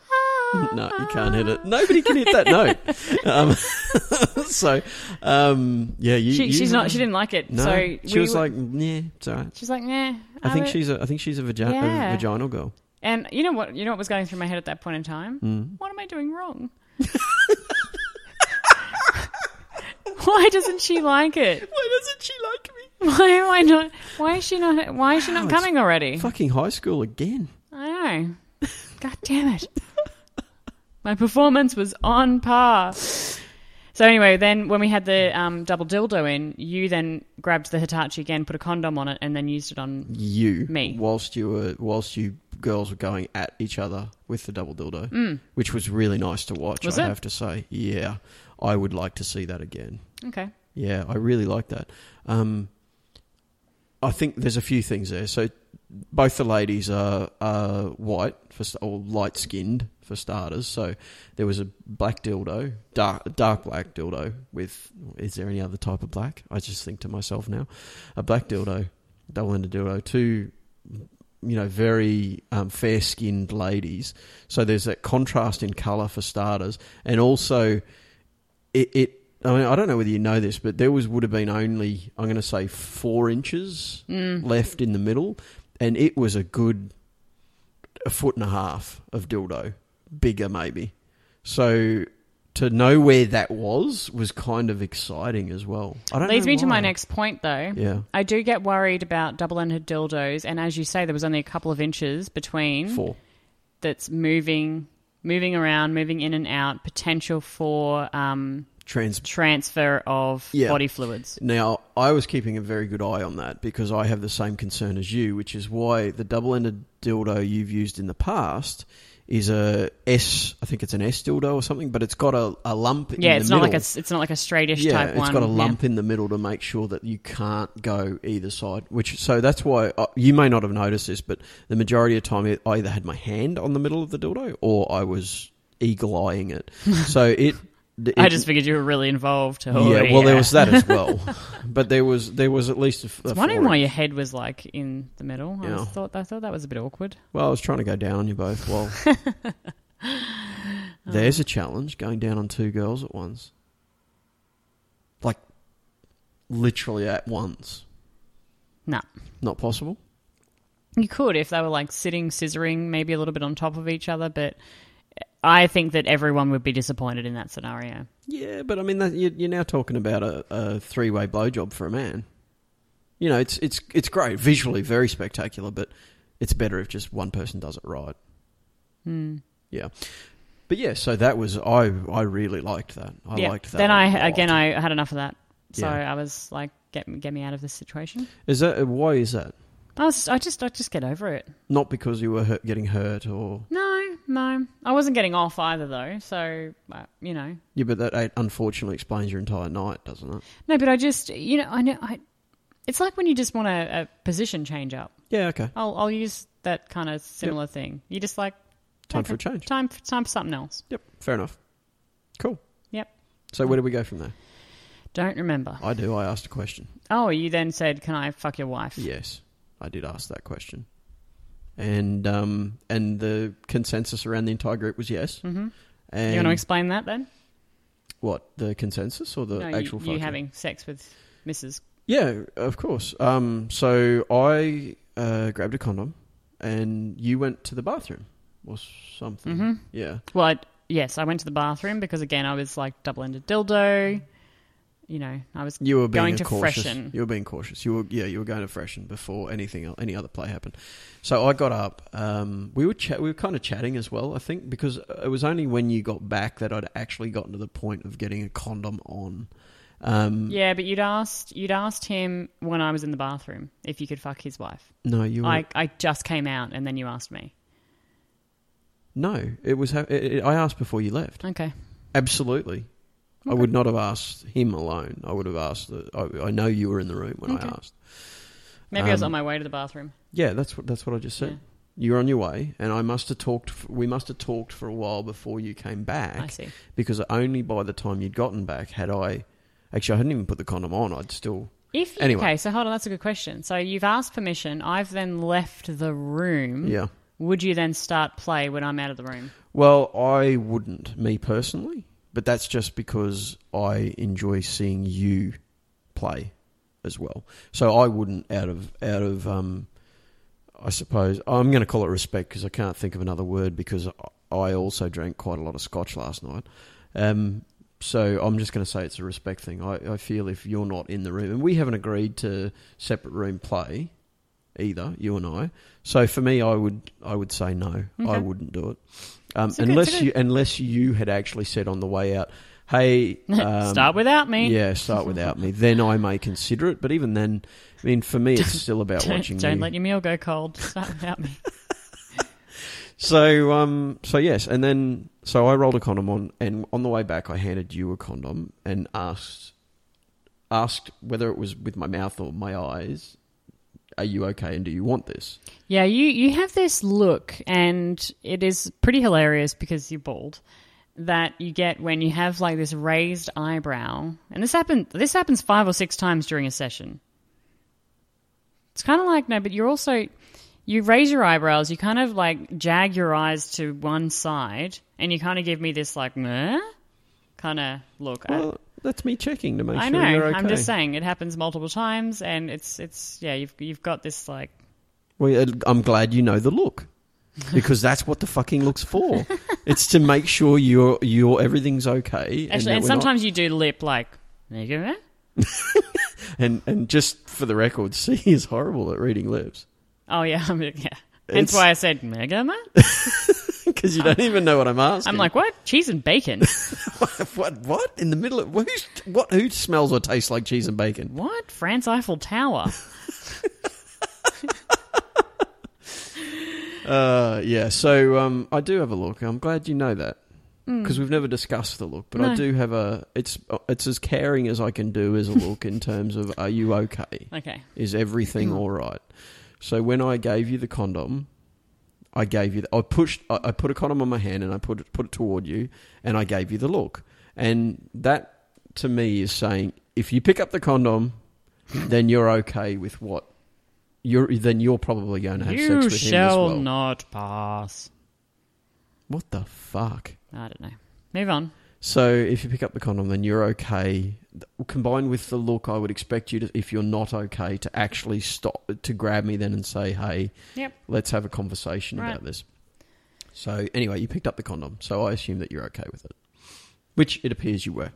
B: [LAUGHS] No, you can't hit it. Nobody can hit
A: [LAUGHS]
B: that note. Um, [LAUGHS] so, um, yeah, you,
A: She,
B: you-
A: she's not. She didn't like it.
B: No,
A: so
B: she
A: we
B: was
A: were-
B: like, yeah, it's all right.
A: she's like, nah.
B: I think
A: would-"
B: she's a, I think she's a, vagi- a
A: Yeah.
B: vaginal girl.
A: And you know what? You know what was going through my head at that point in time?
B: Mm.
A: What am I doing wrong? [LAUGHS] Why doesn't she like it?
B: Why doesn't she like me?
A: Why am I not? Why is she not? Why is she
B: Wow,
A: not
B: it's
A: coming already?
B: Fucking high school again.
A: I know. [LAUGHS] God damn it. My performance was on par. So anyway, then when we had the um, double dildo in, you then grabbed the Hitachi again, put a condom on it, and then used it on.
B: You
A: Me.
B: whilst you were whilst you girls were going at each other with the double dildo,
A: Mm,
B: which was really nice to watch.
A: Was
B: I
A: it?
B: have to say, yeah, I would like to see that again.
A: Okay.
B: Yeah, I really like that. Um, I think there's a few things there. So both the ladies are, are white for st- or light skinned for starters. So there was a black dildo, dark dark black dildo with. Is there any other type of black? I just think to myself now, a black dildo, double ended dildo, two. You know, very um, fair skinned ladies. So there's that contrast in colour for starters. And also, it, it I mean, I don't know whether you know this, but there was would have been only I'm going to say four inches
A: Mm. Mm-hmm.
B: left in the middle, and it was a good a foot and a half of dildo, bigger maybe. So to know where that was was kind of exciting as well. I don't
A: Leads
B: know
A: me to my
B: why.
A: next point, though.
B: yeah
A: I do get worried about double-ended dildos, and as you say, there was only a couple of inches between
B: four.
A: that's moving, moving around, moving in and out. Potential for um,
B: Trans
A: transfer of
B: Yeah.
A: body fluids.
B: Now, I was keeping a very good eye on that because I have the same concern as you, which is why the double ended dildo you've used in the past is a S, I think it's an S dildo or something, but it's got a, a lump in
A: Yeah,
B: the
A: it's
B: middle.
A: not like a s- it's not like a straightish
B: yeah,
A: type
B: it's
A: one.
B: got a
A: Yeah.
B: lump in the middle to make sure that you can't go either side. Which so that's why uh, you may not have noticed this, but the majority of time it, I either had my hand on the middle of the dildo or I was eagle
A: [LAUGHS]
B: eyeing it. So it, it
A: I just figured you were really involved. Oh,
B: yeah, well, there
A: yeah.
B: was that
A: [LAUGHS]
B: as well, but there was there was at least a,
A: I
B: f- a
A: was wondering
B: four-
A: why your head was like in the middle. I
B: Yeah.
A: was thought I thought that was a bit awkward.
B: Well, I was trying to go down on you both.
A: [LAUGHS]
B: Well, there's a challenge going down on two girls at once, like literally at once.
A: Nah,
B: Not possible.
A: you could if they were like sitting scissoring, maybe a little bit on top of each other. But I think that everyone would be disappointed in that scenario.
B: Yeah, but I mean, that, you, you're now talking about a, a three-way blowjob for a man. You know, it's it's it's great visually, very spectacular, but it's better if just one person does it right.
A: Hmm.
B: Yeah, but yeah, so that was I I really liked that. I
A: yeah.
B: liked that.
A: Then
B: a
A: I
B: lot.
A: again I had enough of that, so
B: Yeah.
A: I was like, get get me out of this situation.
B: is that why is that
A: I was I just I just get over it.
B: not because you were hurt, getting hurt or
A: No, no, I wasn't getting off either though. So uh, you know,
B: yeah, but that uh, unfortunately explains your entire night, doesn't it?
A: No, but I just, you know, I know, I. It's like when you just want a, a position change up.
B: Yeah, okay.
A: I'll I'll use that kind of similar thing. You just like
B: Time for a change.
A: time for, time for something else.
B: Yep, fair enough. Cool.
A: Yep.
B: So where do we go from there?
A: Don't remember.
B: I do. I asked a question.
A: Oh, you then said, "Can I fuck your wife?"
B: Yes, I did ask that question, and um, and the consensus around the entire group was yes. Mm-hmm. And
A: You want to explain that then?
B: what the consensus or the
A: no,
B: actual
A: you, you
B: fucking?
A: having sex with Mrs.
B: Yeah, of course. Um, so I uh, grabbed a condom, and you went to the bathroom or something.
A: Mhm.
B: Yeah,
A: Well, I, yes, I went to the bathroom because again, I was like double-ended dildo. You know, I was
B: you were being
A: Going to
B: cautious.
A: freshen.
B: You were being cautious. You were yeah, you were going to freshen before anything el- any other play happened. So I got up. Um, we were chat. We were kind of chatting as well. I think because it was only when you got back that I'd actually gotten to the point of getting a condom on. Um,
A: yeah, but you'd asked you'd asked him when I was in the bathroom if you could fuck his wife.
B: No, you were,
A: I I just came out and then you asked me.
B: no. It was. ha- It, it, I asked before you left.
A: Okay.
B: Absolutely. I would not have asked him alone. I would have asked. The, I, I know you were in the room when
A: Okay.
B: I asked.
A: Maybe I was
B: Um,
A: on my way to the bathroom.
B: Yeah, that's what that's what I just said.
A: Yeah.
B: You're on your way, and I must have talked. f- We must have talked for a while before you came back.
A: I see.
B: Because only by the time you'd gotten back had I. Actually, I hadn't even put the condom on. I'd still.
A: If you,
B: Anyway.
A: okay, so hold on, that's a good question. So you've asked permission. I've then left the room.
B: Yeah.
A: Would you then start play when I'm out of the room?
B: Well, I wouldn't, me personally, but that's just because I enjoy seeing you play as well. So I wouldn't, out of out of, um, I suppose I'm going to call it respect because I can't think of another word because I also drank quite a lot of scotch last night. Um, So I'm just going to say it's a respect thing. I, I feel if you're not in the room, and we haven't agreed to separate room play either, you and I. So for me, I would I would say no. I
A: Okay.
B: wouldn't do it um,
A: It's a good-
B: unless
A: it's a good-
B: you unless you had actually said on the way out, hey, um,
A: [LAUGHS] Start without me. [LAUGHS]
B: Yeah, start without me. Then I may consider it. But even then, I mean, for me, it's still about watching.
A: Don't, don't
B: you.
A: let your meal go cold. Start without me.
B: So um so yes, and then so I rolled a condom on and on the way back I handed you a condom and asked asked whether it was with my mouth or my eyes, are you okay and do you want this?
A: Yeah, you you have this look, and it is pretty hilarious because you're bald. That you get when you have like this raised eyebrow, and this happened. This happens five or six times during a session. It's kind of like no, but you're also you raise your eyebrows. You kind of like jag your eyes to one side, and you kind of give me this like meh kind of look. I-
B: Well, that's me checking to make
A: Uh, I
B: Oh, sure
A: know.
B: you're okay.
A: I'm just saying it happens multiple times, and it's it's yeah. You've you've got this like
B: Well, I'm glad you know the look. because that's what the fucking look's
A: [LAUGHS]
B: for. it's to make sure you're you're everything's
A: Actually,
B: okay. that
A: and
B: we're not-
A: sometimes you do lip like, there you go, eh?"
B: and and just for the record, [LAUGHS] C is horrible at reading lips [LAUGHS]
A: Oh, yeah. [LAUGHS] I'm, yeah. Hence
B: It's-
A: why I said mega man.
B: because you don't even know what I'm asking.
A: I'm like, what? Cheese and bacon.
B: [LAUGHS] What? What in the middle of who? What? Who smells or tastes like cheese and bacon?
A: what? France Eiffel Tower.
B: Uh, yeah. So um, I do have a look. I'm glad you know that because we've never discussed the look, but I
A: Mm. No.
B: do have a. It's it's as caring as I can do as a look in terms of are you okay?
A: Okay.
B: Is
A: Mm.
B: everything all right? So when I gave you the condom, I gave you. The, I pushed. I, I put a condom on my hand and I put it, put it toward you, and I gave you the look. And that to me is saying if you pick up the condom, then you're okay with what you're. Then you're probably going to have sex
A: You
B: with him as
A: shall
B: well.
A: not pass.
B: What the fuck?
A: I don't know. Move on.
B: So if you pick up the condom, then you're okay. Th- Combined with the look, I would expect you to, if you're not okay, to actually stop to grab me then and say, "Hey,
A: Yep.
B: let's have a conversation
A: Right.
B: about this. So anyway, you picked up the condom, so I assume that you're okay with it, which it appears you were.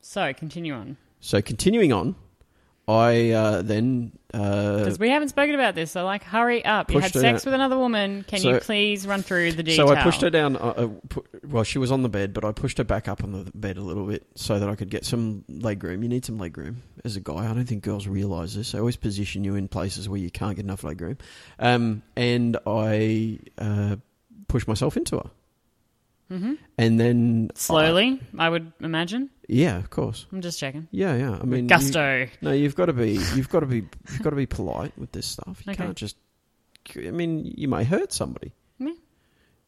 A: So continue on.
B: So continuing on, I uh, then uh,
A: Because we haven't spoken about this, so like, hurry up. You had
B: pushed her
A: sex
B: down-
A: with another woman. Can
B: So-
A: you please run through the detail?
B: so I pushed her down. Uh, uh, pu- well, she was on the bed, but I pushed her back up on the bed a little bit so that I could get some leg room. You need some leg room as a guy. I don't think girls realise this. They always position you in places where you can't get enough leg room. Um, and I uh, pushed myself into her,
A: hmm
B: and then
A: Slowly, I would imagine.
B: yeah, of course.
A: I'm just checking.
B: Yeah, yeah. I mean, you-
A: Gusto.
B: no, you've got
A: [LAUGHS]
B: to be, you've got to be, you've got to be polite with this stuff. You
A: Okay.
B: can't just. I mean, you may hurt somebody,
A: Yeah.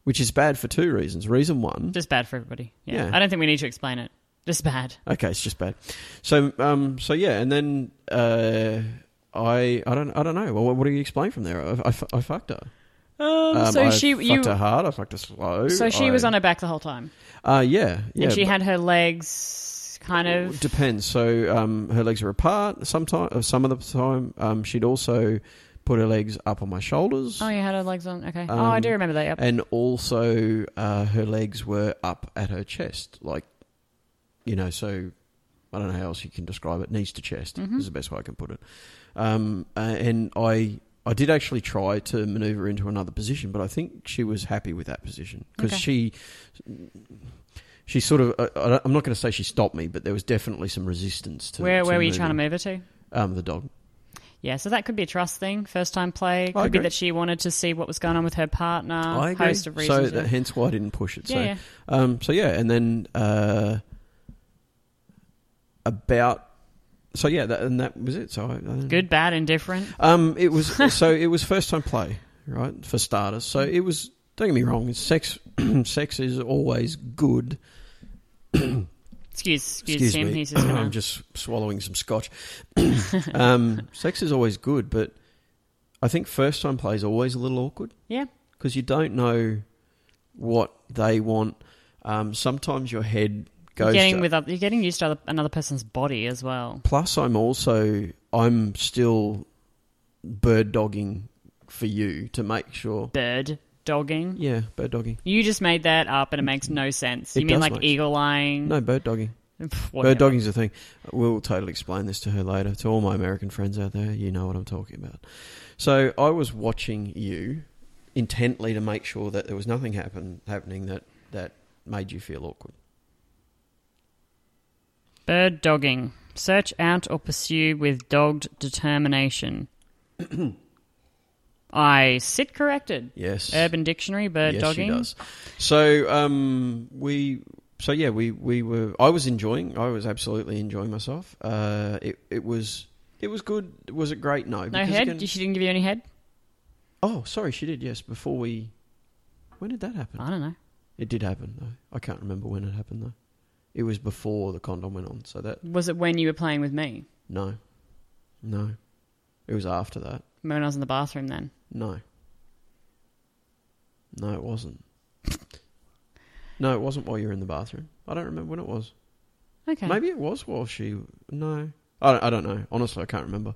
B: which is bad for two reasons. Reason one,
A: Just bad for everybody. yeah.
B: Yeah.
A: I don't think we need to explain it. Just bad.
B: okay, it's just bad. So, um, so yeah, and then uh, I, I don't, I don't know. Well, what, what do you explain from there? I, I, fu- I fucked her.
A: Um,
B: Um,
A: so
B: I
A: she
B: fucked
A: you
B: her hard. I fucked her slow.
A: so she
B: I-
A: was on her back the whole time,
B: Uh, yeah, yeah.
A: and she
B: but-
A: had her legs kind of.
B: depends. So um, her legs are apart. Sometimes, some of the time, um, she'd also put her legs up on my shoulders.
A: Oh, you had her legs on. Okay. oh, I
B: Um,
A: do remember that. Yep.
B: and also uh, her legs were up at her chest, like you know. So I don't know how else you can describe it. Knees to chest
A: Mhm.
B: is the best way I can put it. Um, uh, and I I did actually try to maneuver into another position, but I think she was happy with that position because
A: Okay.
B: she. She sort of, I- I, I'm not going to say she stopped me, but there was definitely some resistance to
A: where
B: to
A: where were you
B: moving.
A: trying to move her to?
B: Um, the dog.
A: Yeah, so that could be a trust thing. First time play could be
B: agree.
A: that she wanted to see what was going on with her partner.
B: I agree.
A: Host of
B: so
A: reasons.
B: that,
A: yeah.
B: hence why I didn't push it. so
A: yeah, yeah.
B: Um, so yeah, and then uh, about so yeah, that, and that was it. So I, I don't-
A: Good, bad, indifferent.
B: Um, it was [LAUGHS] so it was first time play, right? For starters, so it was. Don't get me wrong. Sex, [CLEARS THROAT] sex is always good.
A: Excuse, excuse,
B: Excuse
A: him.
B: me, [COUGHS]
A: He's just gonna.
B: I'm just swallowing some scotch. [COUGHS] um, sex is always good, but I think first time play is always a little awkward.
A: Yeah.
B: because you don't know what they want. Um, sometimes your head
A: You're
B: goes
A: getting
B: to
A: with other, you're getting used to other, another person's body as well.
B: Plus, I'm also I'm still bird dogging for you to make sure
A: Bird dogging.
B: Yeah, bird dogging.
A: You just made that up and it makes no sense.
B: It
A: you mean
B: does
A: like
B: make-
A: eagle eyeing?
B: No, bird dogging.
A: Pff, whatever.
B: Bird dogging's a thing. We'll totally explain this to her later. To all my American friends out there, you know what I'm talking about. So I was watching you intently to make sure that there was nothing happen, happening that, that made you feel awkward.
A: Bird dogging. Search out or pursue with dogged
B: [COUGHS]
A: determination. I sit corrected.
B: Yes.
A: Urban Dictionary, bird
B: yes,
A: dogging.
B: she does. So um, we, so yeah, we we were. I was enjoying. I was absolutely enjoying myself. Uh, it it was it was good. Was it great? No.
A: No
B: because
A: head?
B: again-
A: She didn't give you any head?
B: oh, sorry, she did. Yes, before we. When did that happen?
A: I don't know.
B: It did happen though. I can't remember when it happened though. It was before the condom went on. So that
A: Was it when you were playing with me?
B: no, no, it was after that.
A: When I was in the bathroom then?
B: No. No,
A: [LAUGHS]
B: it wasn't. No, it wasn't while you were in the bathroom. I don't remember when it was.
A: Okay.
B: Maybe it was while she. No, I don't, I don't know. Honestly, I can't remember.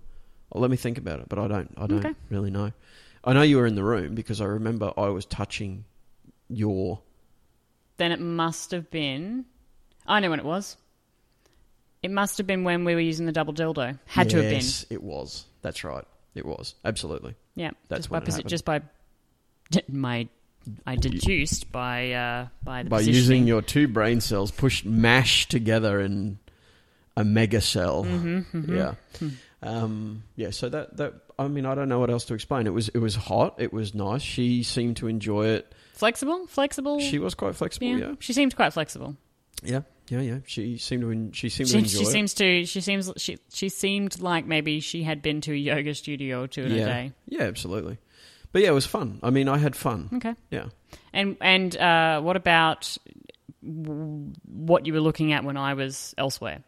B: Well, let me think about it, but I don't. I don't
A: Okay.
B: really know. I know you were in the room because I remember I was touching your.
A: Then it must have been. I know when it was. It must have been when we were using the double dildo. Had to have been.
B: Yes, it was. That's right. It was absolutely.
A: Yeah.
B: That's
A: just
B: when
A: by
B: it
A: posi-
B: happened.
A: just by [LAUGHS] my I deduced by uh, by the
B: by
A: positioning.
B: using your two brain cells pushed mash together in a mega cell.
A: Mm-hmm.
B: Yeah,
A: Hmm.
B: um, yeah. So that that I mean, I don't know what else to explain. It was it was hot. It was nice. She seemed to enjoy it.
A: flexible, flexible.
B: She was quite flexible.
A: Oh. yeah.
B: Yeah, yeah,
A: she seems quite flexible.
B: yeah, yeah. She seemed to en- she seemed to
A: She,
B: enjoy
A: she
B: it.
A: seems to. She seems. She she seemed like maybe she had been to a yoga studio or two in
B: yeah,
A: a day.
B: yeah, absolutely. But yeah, it was fun. I mean, I had fun.
A: Okay.
B: Yeah.
A: And and uh, what about w- what you were looking at when I was elsewhere?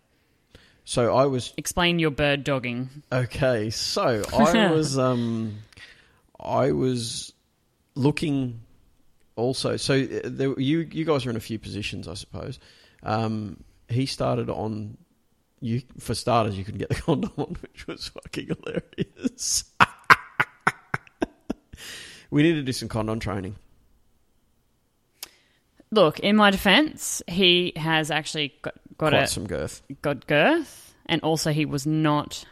B: So I was
A: Explain your bird dogging.
B: Okay, so
A: [LAUGHS]
B: I was um, I was looking also. So uh, there, you you guys are in a few positions, I suppose. Um, he started on you for starters. You couldn't get the [LAUGHS] condom on, which was fucking hilarious. [LAUGHS] we need to do some condom training.
A: Look, in my defense, he has actually got got,
B: Quite
A: a,
B: some girth.
A: got girth, and also he was not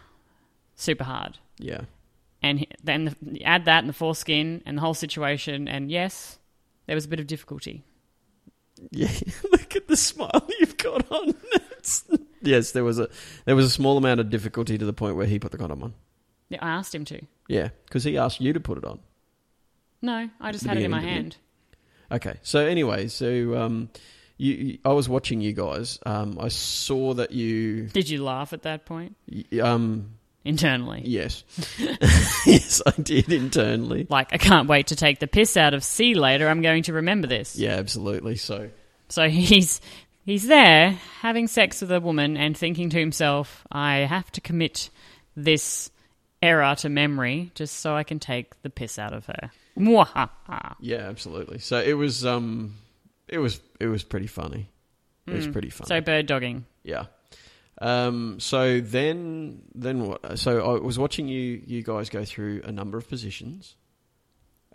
A: super hard.
B: Yeah,
A: And he, then the, add that and the foreskin and the whole situation, and yes, there was a bit of difficulty.
B: yeah. [LAUGHS] Look at the smile you've got on. [LAUGHS] It's- yes, there was a there was a small amount of difficulty to the point where he put the condom on.
A: Yeah, I asked him to.
B: Yeah, because he asked you to put it on.
A: No, I just
B: The
A: had it in
B: beginning,
A: my
B: didn't you?
A: hand.
B: Okay. So anyway, so um, you, you, I was watching you guys. Um, I saw that you.
A: Did you laugh at that point?
B: y- Um,
A: Internally.
B: yes, [LAUGHS] yes, I did internally.
A: Like, I can't wait to take the piss out of C later. I'm going to remember this.
B: Yeah, absolutely. So
A: So he's he's there having sex with a woman and thinking to himself, I have to commit this error to memory just so I can take the piss out of her. Mwahaha.
B: yeah, absolutely. So it was um, it was it was pretty funny. It was pretty funny.
A: Hmm. Mm. So bird dogging.
B: Yeah. Um, so then, then what? So I was watching you, you guys go through a number of positions.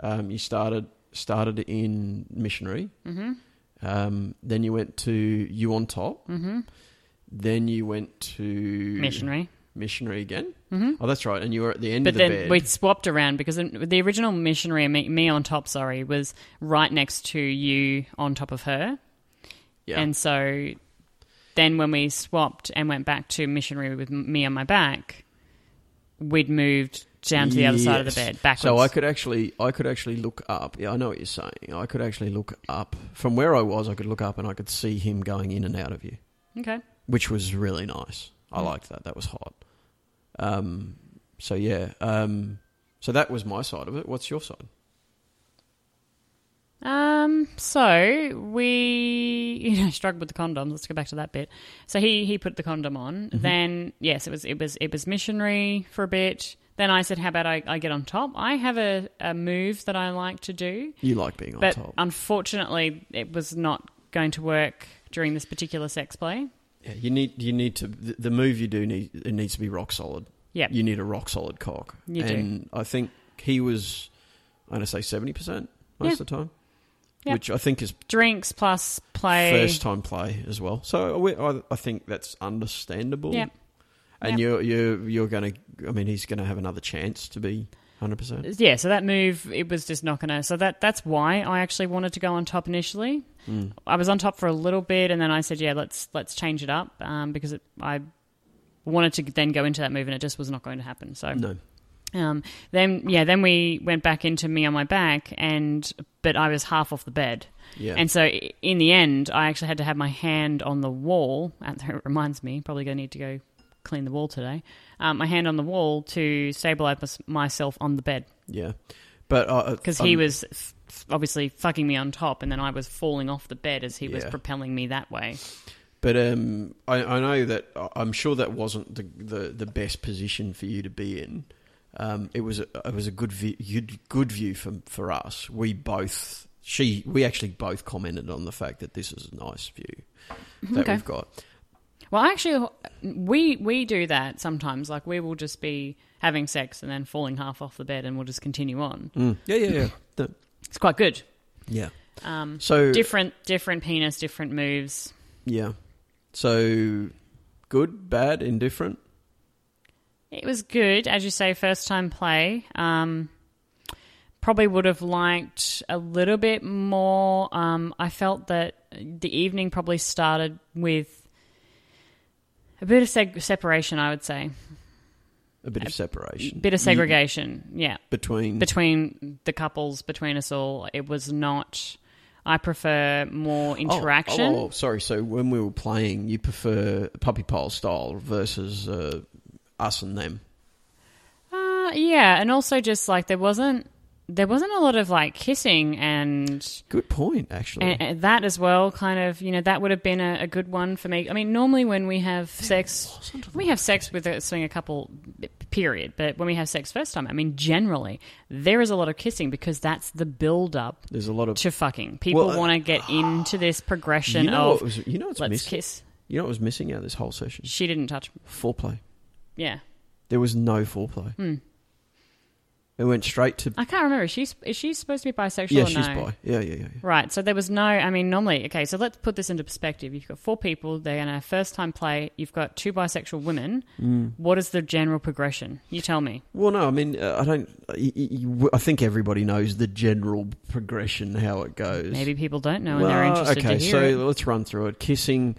B: Um, you started started in missionary.
A: Mhm.
B: Um, then you went to you on top.
A: hmm
B: Then you went to missionary
A: Missionary.
B: missionary again.
A: hmm
B: Oh, that's right. And you were at the end
A: But
B: of the
A: then
B: bed.
A: we swapped around because in- the original missionary, me, me on top, sorry, was right next to you on top of her.
B: yeah.
A: And so then when we swapped and went back to missionary with m- me on my back, we'd moved down to the other side of the
B: Yes.
A: bed, backwards.
B: So I could actually, I could actually look up. Yeah, I know what you're saying. I could actually look up from where I was. I could look up and I could see him going in and out of you.
A: Okay.
B: which was really nice. I
A: Mm.
B: liked that. That was hot. Um, so yeah. Um, so that was my side of it. What's your side?
A: Um, so we [LAUGHS] you know, struggled with the condoms. Let's go back to that bit. So he he put the condom on.
B: Mm-hmm.
A: Then yes, it was it was it was missionary for a bit. Then I said, How about I, I get on top? I have a, a move that I like to do.
B: You like being on
A: but um,
B: top.
A: unfortunately it was not going to work during this particular sex play.
B: yeah, you need you need to the, the move you do need it needs to be rock solid.
A: Yep.
B: You need a rock solid cock.
A: You do.
B: and I think he was. I don't say seventy percent. most
A: Yeah.
B: of the time,
A: Yeah.
B: which I think is
A: Drinks plus play.
B: first time play as well. So we, I, I think that's understandable.
A: Yep.
B: And you're you're you're going to. I mean, he's going to have another chance to be hundred percent.
A: Yeah, so that move it was just not going to. So that that's why I actually wanted to go on top initially.
B: Hmm.
A: I was on top for a little bit, and then I said, "Yeah, let's let's change it up," um, because it, I wanted to then go into that move, and it just was not going to happen. So
B: No.
A: um, then, yeah, then we went back into me on my back, and but I was half off the bed.
B: Yeah.
A: And so i- in the end, I actually had to have my hand on the wall. And [LAUGHS] it reminds me, probably going to need to go clean the wall today. Um, my hand on the wall to stabilize mys- myself on the bed
B: Yeah. But uh, um, I-
A: because
B: I'm-
A: he was f- f- obviously fucking me on top, and then I was falling off the bed as he was
B: Yeah.
A: propelling me that way.
B: But um, I, I know that uh, I'm sure that wasn't the, the, the best position for you to be in. Um, it was a, it was a good view, good- good view for for us. We both she we actually both commented on the fact that this is a nice view that
A: Okay.
B: we've got.
A: Well, actually, we we do that sometimes. Like we will just be having sex and then falling half off the bed, and we'll just continue on.
B: Mm. Yeah, yeah,
A: [LAUGHS]
B: yeah, The-
A: It's quite good.
B: yeah.
A: Um,
B: So
A: different different penis, different moves.
B: yeah, so good, bad, indifferent.
A: It was good, as you say, first time play. Um, probably would have liked a little bit more. Um, I felt that the evening probably started with a bit of seg- separation, I would say,
B: A bit of separation,
A: bit of segregation. Yeah.
B: between
A: Between the couples, between us all, it was not. I prefer more
B: Oh,
A: interaction.
B: Oh, oh, sorry. So when we were playing, you prefer puppy pile style versus uh, us and them.
A: Uh, yeah, and also just like there wasn't there wasn't a lot of like kissing and
B: Good point, actually.
A: And, and that as well, kind of, you know, that would have been a, a good one for me. I mean, normally when we have
B: Oh,
A: sex, we have sex with a swinger couple, b- period. But when we have sex first time, I mean, generally there is a lot of kissing because that's the build up
B: There's a lot of
A: to fucking. People
B: Well, uh,
A: want to get into this progression
B: you know,
A: of
B: what was, you know what's
A: let's
B: missing.
A: kiss.
B: You know what was missing out of this whole session?
A: She didn't touch. me.
B: Foreplay.
A: Yeah,
B: There was no foreplay.
A: Hmm.
B: It went straight to
A: I can't remember. Is she is she supposed to be bisexual?
B: yeah,
A: or
B: she's
A: no?
B: by. Yeah, yeah, yeah. yeah.
A: Right. So there was no, I mean, normally, okay, so let's put this into perspective. You've got four people, they're going to first time play, you've got two bisexual women.
B: Mm.
A: What is the general progression? You tell me.
B: Well, no, I mean, uh, I don't. y- y- y- I think everybody knows the general progression how it goes.
A: Maybe people don't know and they're
B: Well,
A: interested
B: okay,
A: to hear.
B: so
A: it.
B: let's run through it. Kissing,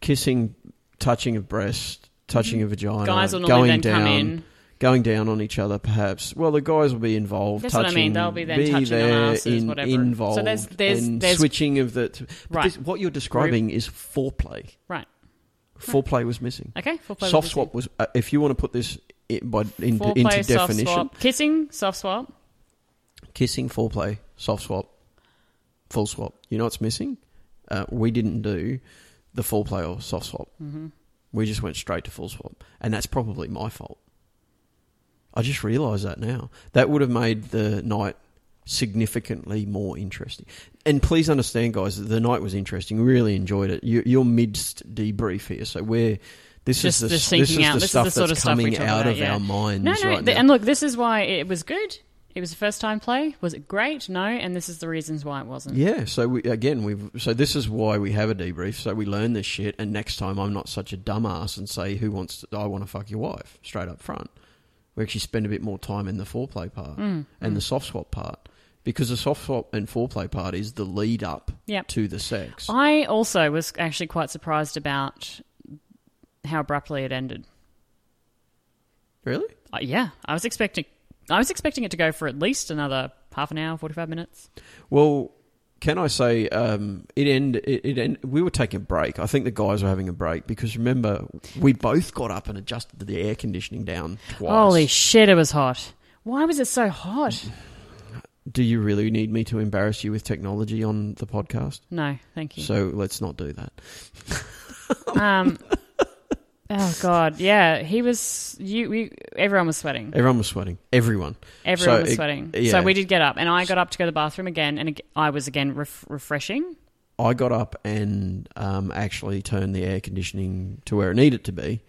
B: kissing, touching of breast, touching of vagina.
A: Mm-hmm. Guys will normally then
B: going down,
A: come in.
B: going down on each other, perhaps. Well, the guys will be involved.
A: That's what I
B: touching,
A: mean, they'll be then touching on
B: there,
A: asses,
B: in-
A: whatever. So
B: Involved.
A: there's- there's-
B: and
A: there's-
B: switching of the. t- but
A: Right.
B: this- what you're describing is foreplay.
A: Right.
B: Foreplay was missing.
A: Okay. Four players
B: soft
A: with
B: swap was. Uh, if you want to put this i by in,
A: kissing. Four
B: into
A: players, soft
B: definition,
A: swap. Kissing, soft swap.
B: kissing, foreplay, soft swap, full swap. You know what's missing? Uh, we didn't do the foreplay or soft swap. Mm-hmm. We just went straight to full swap, and that's probably my fault. I just realise that now. That would have made the night significantly more interesting. And please understand, guys, that the night was interesting. We Really enjoyed it. You, you're midst debrief here, so we're this
A: Just
B: is
A: the
B: the, this
A: sinking
B: is
A: out.
B: the
A: This is
B: stuff
A: the sort
B: that's
A: of stuff we
B: coming
A: talk
B: out
A: about,
B: of
A: yeah.
B: our minds.
A: No, no.
B: right
A: th-
B: now.
A: and look, this is why it was good. It was a first time play. Was it great? No. And this is the reasons why it wasn't.
B: Yeah, so we again we've so this is why we have a debrief. So we learn this shit, and next time I'm not such a dumbass and say who wants to, I want to fuck your wife straight up front. We actually spend a bit more time in the foreplay part
A: Mm.
B: and the soft swap part because the soft swap and foreplay part is the lead up
A: Yep. Oh.
B: to the sex.
A: I also was actually quite surprised about how abruptly it ended.
B: really?
A: Uh, yeah, I was expecting I was expecting it to go for at least another half an hour, 45 minutes.
B: Well, can I say um, it end? It, it end. We were taking a break. I think the guys were having a break because remember we both got up and adjusted the air conditioning down twice.
A: Holy shit, it was hot. Why was it so hot?
B: Do you really need me to embarrass you with technology on the podcast?
A: No, thank you.
B: So [LAUGHS] let's not do that.
A: um Oh god, yeah, he was you, you everyone was sweating.
B: Everyone was sweating. Everyone.
A: Everyone
B: So
A: was
B: it-
A: sweating.
B: yeah.
A: So we did get up and I got up to go to the bathroom again and ag- I was again ref- refreshing.
B: I got up and um, actually turned the air conditioning to where it needed to be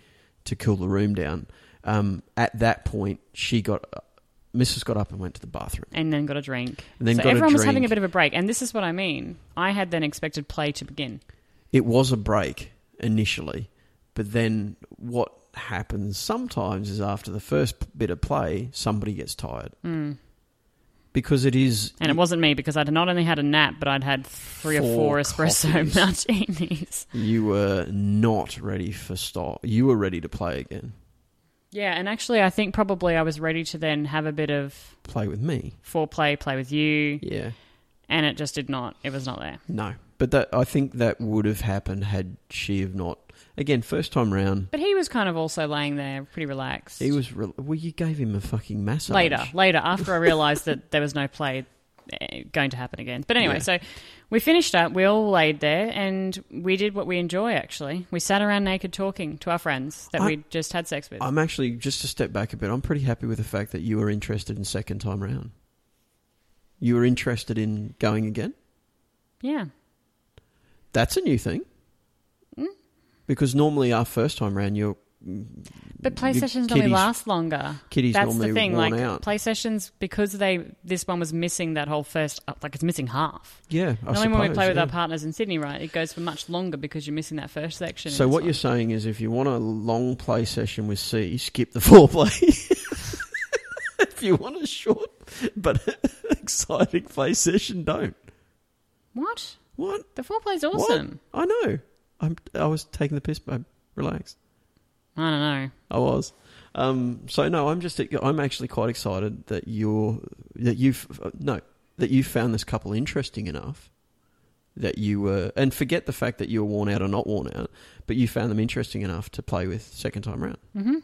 B: to cool the room down. Um, at that point, she got Mrs. got up and went to the bathroom.
A: and then got a drink.
B: And then
A: so
B: got a
A: everyone was having a
B: drink.
A: bit of a break, and this is what I mean. I had then expected play to begin.
B: It was a break initially, but then what happens sometimes is after the first p- bit of play, somebody gets tired.
A: Hmm.
B: Because it is.
A: And it wasn't me because I'd not only had a nap, but I'd had three
B: Four
A: or four espresso
B: coffees.
A: [LAUGHS] martinis.
B: You were not ready for stop. You were ready to play again.
A: Yeah, and actually, I think probably I was ready to then have a bit of
B: Play with me.
A: foreplay, play with you,
B: Yeah.
A: and it just did not. It was not there.
B: No. But that I think that would have happened had she have not. Again, first time round,
A: But he was kind of also laying there, pretty relaxed.
B: he was. Re- well, you gave him a fucking massage.
A: later, later, after I realised that there was no play eh, going to happen again. But anyway,
B: Yeah.
A: so we finished up. We all laid there, and we did what we enjoy. Actually, we sat around naked talking to our friends that
B: I-
A: we'd just had sex with.
B: I'm actually just to step back a bit. I'm pretty happy with the fact that you were interested in second time round. You were interested in going again.
A: yeah,
B: That's a new thing.
A: Hmm?
B: Because normally our first time round, your
A: but play
B: Your
A: sessions normally
B: kiddies-
A: last longer.
B: kiddies
A: That's
B: normally
A: the thing.
B: worn
A: Like
B: out.
A: play sessions, because they this one was missing that whole first. uh, Like it's missing half.
B: yeah, I
A: Normally,
B: suppose,
A: when we play with
B: yeah.
A: our partners in Sydney, right, it goes for much longer because you're missing that first section.
B: So
A: and
B: what
A: it's
B: you're saying is, if you want a long play session with C, skip the [LAUGHS] foreplay. if you want a short but [LAUGHS] exciting play session, don't.
A: like, what
B: What?
A: the foreplay's awesome.
B: I know. I'm. I was taking the piss, babe. Relax.
A: I don't know.
B: I was. Um, so no, I'm just. I'm actually quite excited that you're that you've no that you found this couple interesting enough that you were and forget the fact that you were worn out or not worn out, but you found them interesting enough to play with second time round.
A: Mm-hmm.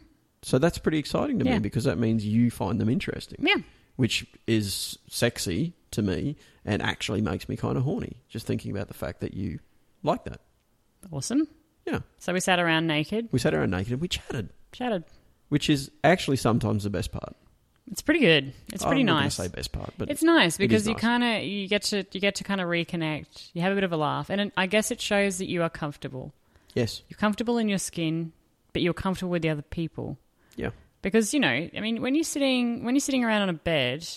B: So that's pretty exciting to me
A: Yeah.
B: because that means you find them interesting,
A: Yeah.
B: which is sexy to me and actually makes me kind of horny just thinking about the fact that you like that.
A: Awesome.
B: Yeah.
A: So we sat around naked,
B: We sat around naked and we chatted,
A: chatted.
B: which is actually sometimes the best part.
A: It's pretty good. It's pretty
B: I'm not gonna
A: nice.
B: say best part, but
A: It's nice
B: it is
A: because you
B: nice.
A: kind of you get to you get to kind of reconnect. You have a bit of a laugh, and it, I guess it shows that you are comfortable.
B: yes,
A: You're comfortable in your skin, but you're comfortable with the other people.
B: yeah,
A: Because you know, I mean, when you're sitting when you're sitting around on a bed,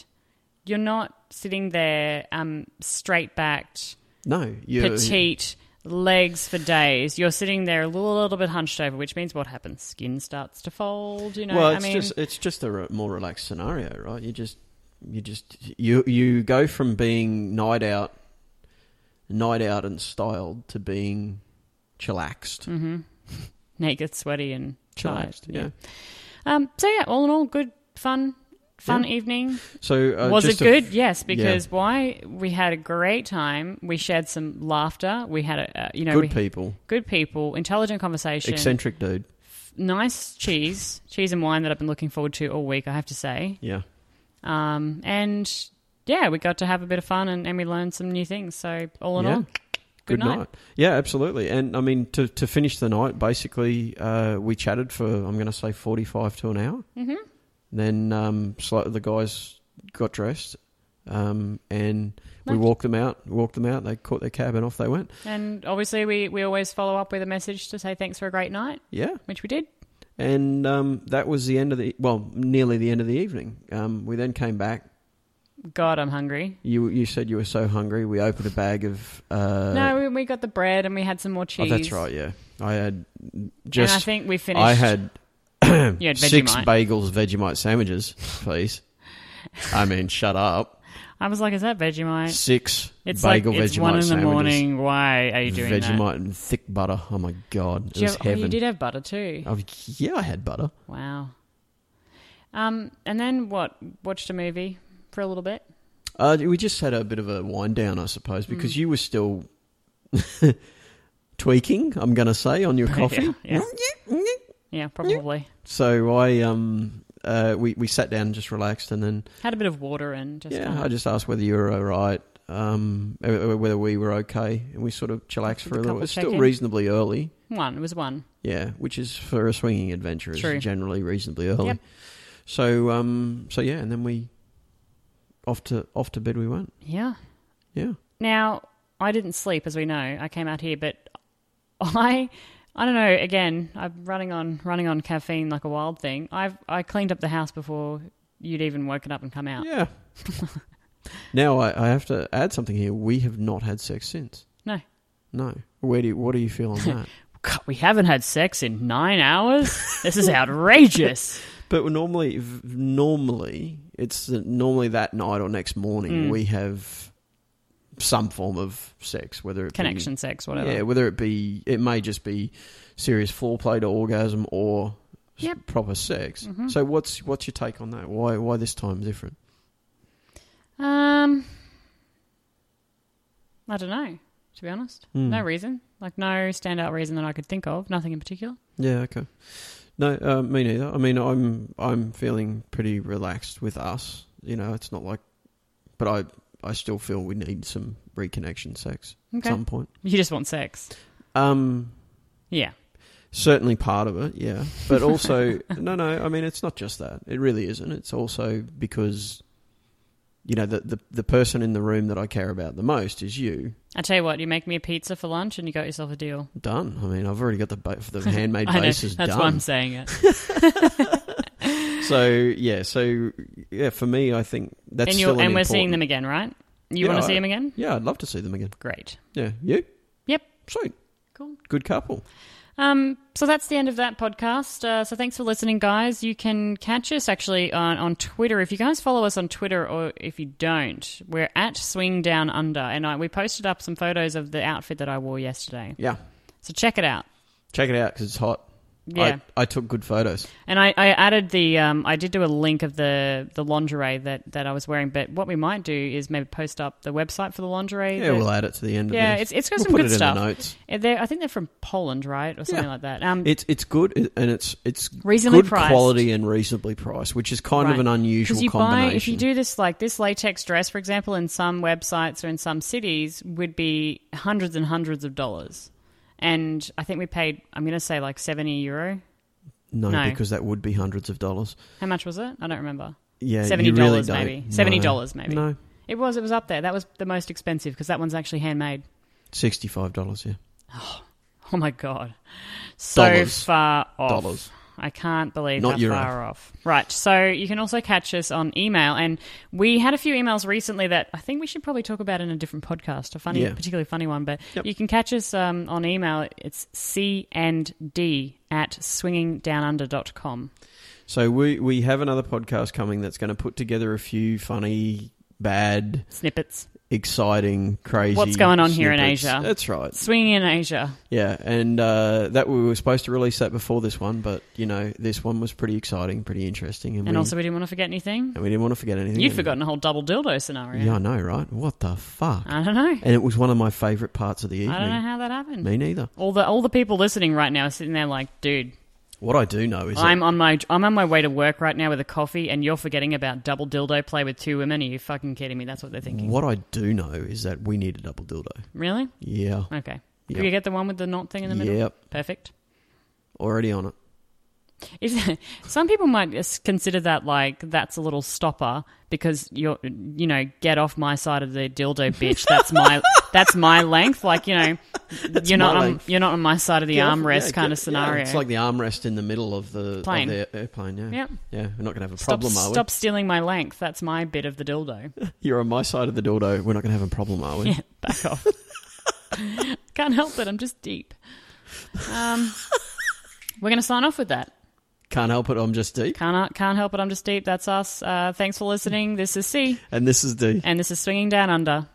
A: you're not sitting there um, straight backed,
B: no, you
A: petite, legs for days. You're sitting there a little, little bit hunched over, which means what happens? Skin starts to fold. You know,
B: well,
A: I
B: it's
A: mean,
B: just it's just a re- more relaxed scenario, right? You just you just you you go from being night out, night out and styled to being chillaxed,
A: Mm-hmm. naked, sweaty, and tired.
B: chillaxed, yeah.
A: Um, so yeah, all in all, good fun, fun evening.
B: So uh,
A: was it
B: just a-
A: good? Yes, because why? We had a great time. We shared some laughter. We had a uh, you know
B: good
A: we,
B: people,
A: good people, intelligent conversation,
B: eccentric dude.
A: nice cheese, cheese and wine that I've been looking forward to all week. I have to say,
B: Yeah,
A: um, and yeah, we got to have a bit of fun and, and we learned some new things. So all in
B: yeah.
A: all, good, night.
B: Yeah, absolutely. And I mean, to to finish the night, basically, uh, we chatted for I'm going to say 45 to an hour.
A: Mm-hmm.
B: Then um, sli- the guys got dressed, um, and we
A: Nice.
B: walked them out. Walked them out. They caught their cab, and off they went.
A: And obviously, we we always follow up with a message to say thanks for a great night,
B: Yeah,
A: which we did.
B: and um, that was the end of the well, nearly the end of the evening. Um, we then came back.
A: God, I'm hungry.
B: You you said you were so hungry. We opened a bag of uh,
A: No, we, we got the bread and we had some more
B: oh,
A: cheese.
B: that's right. Yeah, I had
A: and I
B: just
A: think we finished.
B: I had
A: [LAUGHS] you had
B: six
A: Vegemite.
B: bagels, Vegemite sandwiches, please. I mean,
A: [LAUGHS]
B: shut up.
A: I was like, "Is that Vegemite?"
B: Six
A: It's
B: bagel
A: like it's
B: Vegemite
A: one in the
B: sandwiches.
A: morning. Why are you doing
B: Vegemite
A: that?
B: and thick butter. Oh my god, it
A: Do you,
B: was
A: have, oh,
B: heaven.
A: you did have butter too.
B: Oh, yeah, I had butter.
A: Wow. Um, and then what? Watched a movie for a little bit.
B: Uh, we just had a bit of a wind down, I suppose, because
A: Mm.
B: you were still [LAUGHS] tweaking. I'm going to say on your [LAUGHS] coffee.
A: [LAUGHS] Yeah, yeah. Yeah, probably
B: So I um uh we we sat down and just relaxed, and then
A: had a bit of water and just
B: yeah,
A: kinda-
B: I just asked whether you were all right, um, uh, whether we were okay, and we sort of chillaxed
A: Did
B: for
A: the
B: a little.
A: couple
B: It's
A: check
B: still
A: in?
B: reasonably early,
A: one. It was one.
B: yeah, which is for a swinging adventure is
A: True.
B: generally reasonably early.
A: Yep.
B: So um, so yeah, and then we off to off to bed we went.
A: Yeah.
B: Yeah,
A: Now, I didn't sleep, as we know. I came out here, but [LAUGHS] I, I don't know. Again, I'm running on running on caffeine like a wild thing. I've I cleaned up the house before you'd even woken up and come out. [LAUGHS]
B: Yeah. now I, I have to add something here. We have not had sex since.
A: No.
B: No. Where do you, what do
A: [LAUGHS]
B: you feel on that?
A: God, we haven't had sex in nine hours. This
B: [LAUGHS]
A: is outrageous.
B: but we're normally v- normally it's the- normally that night or next morning
A: Mm.
B: we have some form of sex, whether it
A: Connection sex,
B: be,
A: whatever.
B: yeah, whether it be it may just be serious foreplay to orgasm or s-
A: Yep. Mm-hmm.
B: proper sex. So what's what's your take on that? Why why this time different?
A: Um, I don't know. To be honest,
B: Hmm.
A: no reason. Like no standout reason that I could think of. Nothing in particular.
B: Yeah, okay. No, uh, me neither. I mean, I'm I'm feeling pretty relaxed with us. You know, it's not like, but I I still feel we need some reconnection sex
A: Okay.
B: at some point.
A: You just want sex.
B: Um,
A: Yeah.
B: certainly part of it, yeah.
A: [LAUGHS]
B: But also, no, no. I mean, it's not just that. It really isn't. It's also because, you know, the the, the person in the room that I care about the most is you.
A: I tell you what, you make me a pizza for lunch and you got yourself a deal.
B: Done. I mean, I've already got the ba- the
A: [LAUGHS]
B: handmade
A: I know.
B: base
A: That's
B: is
A: why
B: done.
A: I'm saying it.
B: So yeah, so yeah, for me, I think that's
A: and
B: still
A: you're,
B: an
A: and we're
B: important-
A: seeing them again, right? You
B: Yeah,
A: want to see
B: I-
A: them again?
B: Yeah, I'd love to see them again.
A: Great.
B: Yeah, you.
A: Yep.
B: Sweet.
A: Cool.
B: Good couple.
A: Um, so that's the end of that podcast. Uh, so thanks for listening, guys. You can catch us actually on, on Twitter. If you guys follow us on Twitter, or if you don't, we're at Swing Down Under, and I, we posted up some photos of the outfit that I wore yesterday.
B: Yeah,
A: So check it out.
B: check it out because it's hot.
A: Yeah,
B: I, I took good photos.
A: and I, I added the um, I did do a link of the the lingerie that that I was wearing. But what we might do is maybe post up the website for the lingerie.
B: Yeah,
A: that-
B: we'll add it to the end.
A: yeah,
B: of this.
A: it's it's got
B: we'll
A: some
B: put
A: good
B: it in
A: stuff.
B: the notes.
A: Uh, They're, I think they're from Poland, right, or something
B: Yeah.
A: like that. Um,
B: It's it's good and it's it's
A: Reasonably
B: good
A: priced.
B: quality and reasonably priced, which is kind of
A: Right.
B: an unusual
A: because you buy if
B: combination.
A: you do this like this latex dress, for example, in some websites or in some cities would be hundreds and hundreds of dollars. And I think we paid. I'm going to say like seventy euro.
B: no,
A: no.
B: because that would be hundreds of dollars.
A: How much was it? I don't remember.
B: Yeah, you
A: $70
B: really don't.
A: maybe.
B: No.
A: $70 maybe.
B: No,
A: It was. It was up there. That was the most expensive because that one's actually handmade.
B: sixty five dollars. Yeah,
A: [LAUGHS] Oh my god, so
B: Dollars.
A: far off.
B: Dollars.
A: I can't believe
B: Not
A: how
B: euro.
A: far off. Right. So you can also catch us on email, and we had a few emails recently that I think we should probably talk about in a different podcast, a funny,
B: Yeah.
A: particularly funny one. But
B: Yep.
A: you can catch us um, on email. It's c and d at swingingdownunder.com.
B: so we we have another podcast coming that's going to put together a few funny, bad,
A: Snippets
B: exciting, crazy.
A: What's going on here in
B: snippets.
A: Asia?
B: That's right.
A: swinging in Asia.
B: Yeah, and uh, that we were supposed to release that before this one, but you know this one was pretty exciting, pretty interesting, and,
A: And
B: we,
A: also, we didn't want to forget anything.
B: and we didn't want to forget anything.
A: You'd
B: And-
A: forgotten a whole double dildo scenario.
B: Yeah, I know, right? What the fuck?
A: I don't know.
B: and it was one of my favourite parts of the evening.
A: I don't know how that happened.
B: Me neither.
A: All the all the people listening right now are sitting there like, dude,
B: What I do know is
A: I'm on my I'm on my way to work right now with a coffee, and you're forgetting about double dildo play with two women. Are you fucking kidding me? That's what they're
B: that,
A: thinking.
B: what I do know is that we need a double dildo.
A: Really?
B: Yeah.
A: Okay.
B: Yep.
A: Did you get the one with the knot thing in the middle?
B: Yep.
A: Perfect.
B: Already on it.
A: Is [LAUGHS] some people might s- consider that like that's a little stopper because you're you know get off my side of the dildo
B: [LAUGHS]
A: bitch. That's my that's my length. Like you know you're
B: my
A: not on,
B: length.
A: you're not on my side of the
B: Yeah,
A: armrest
B: yeah,
A: kind
B: yeah,
A: of scenario.
B: it's like the armrest in the middle of the,
A: Plane.
B: Of the airplane. Yeah.
A: Yep.
B: Yeah. We're not going to have a
A: Stop,
B: problem, are we?
A: stop stealing my length. That's my bit of the dildo.
B: You're on my side of the dildo. We're not going to have a problem, are we?
A: Yeah, back off. [LAUGHS] Can't help it. I'm just deep. Um, we're going to sign off with that.
B: Can't help it. I'm just deep.
A: Can't can't help it. I'm just deep. That's us. Uh, thanks for listening. This is C,
B: And this is D.
A: and this is swinging down under.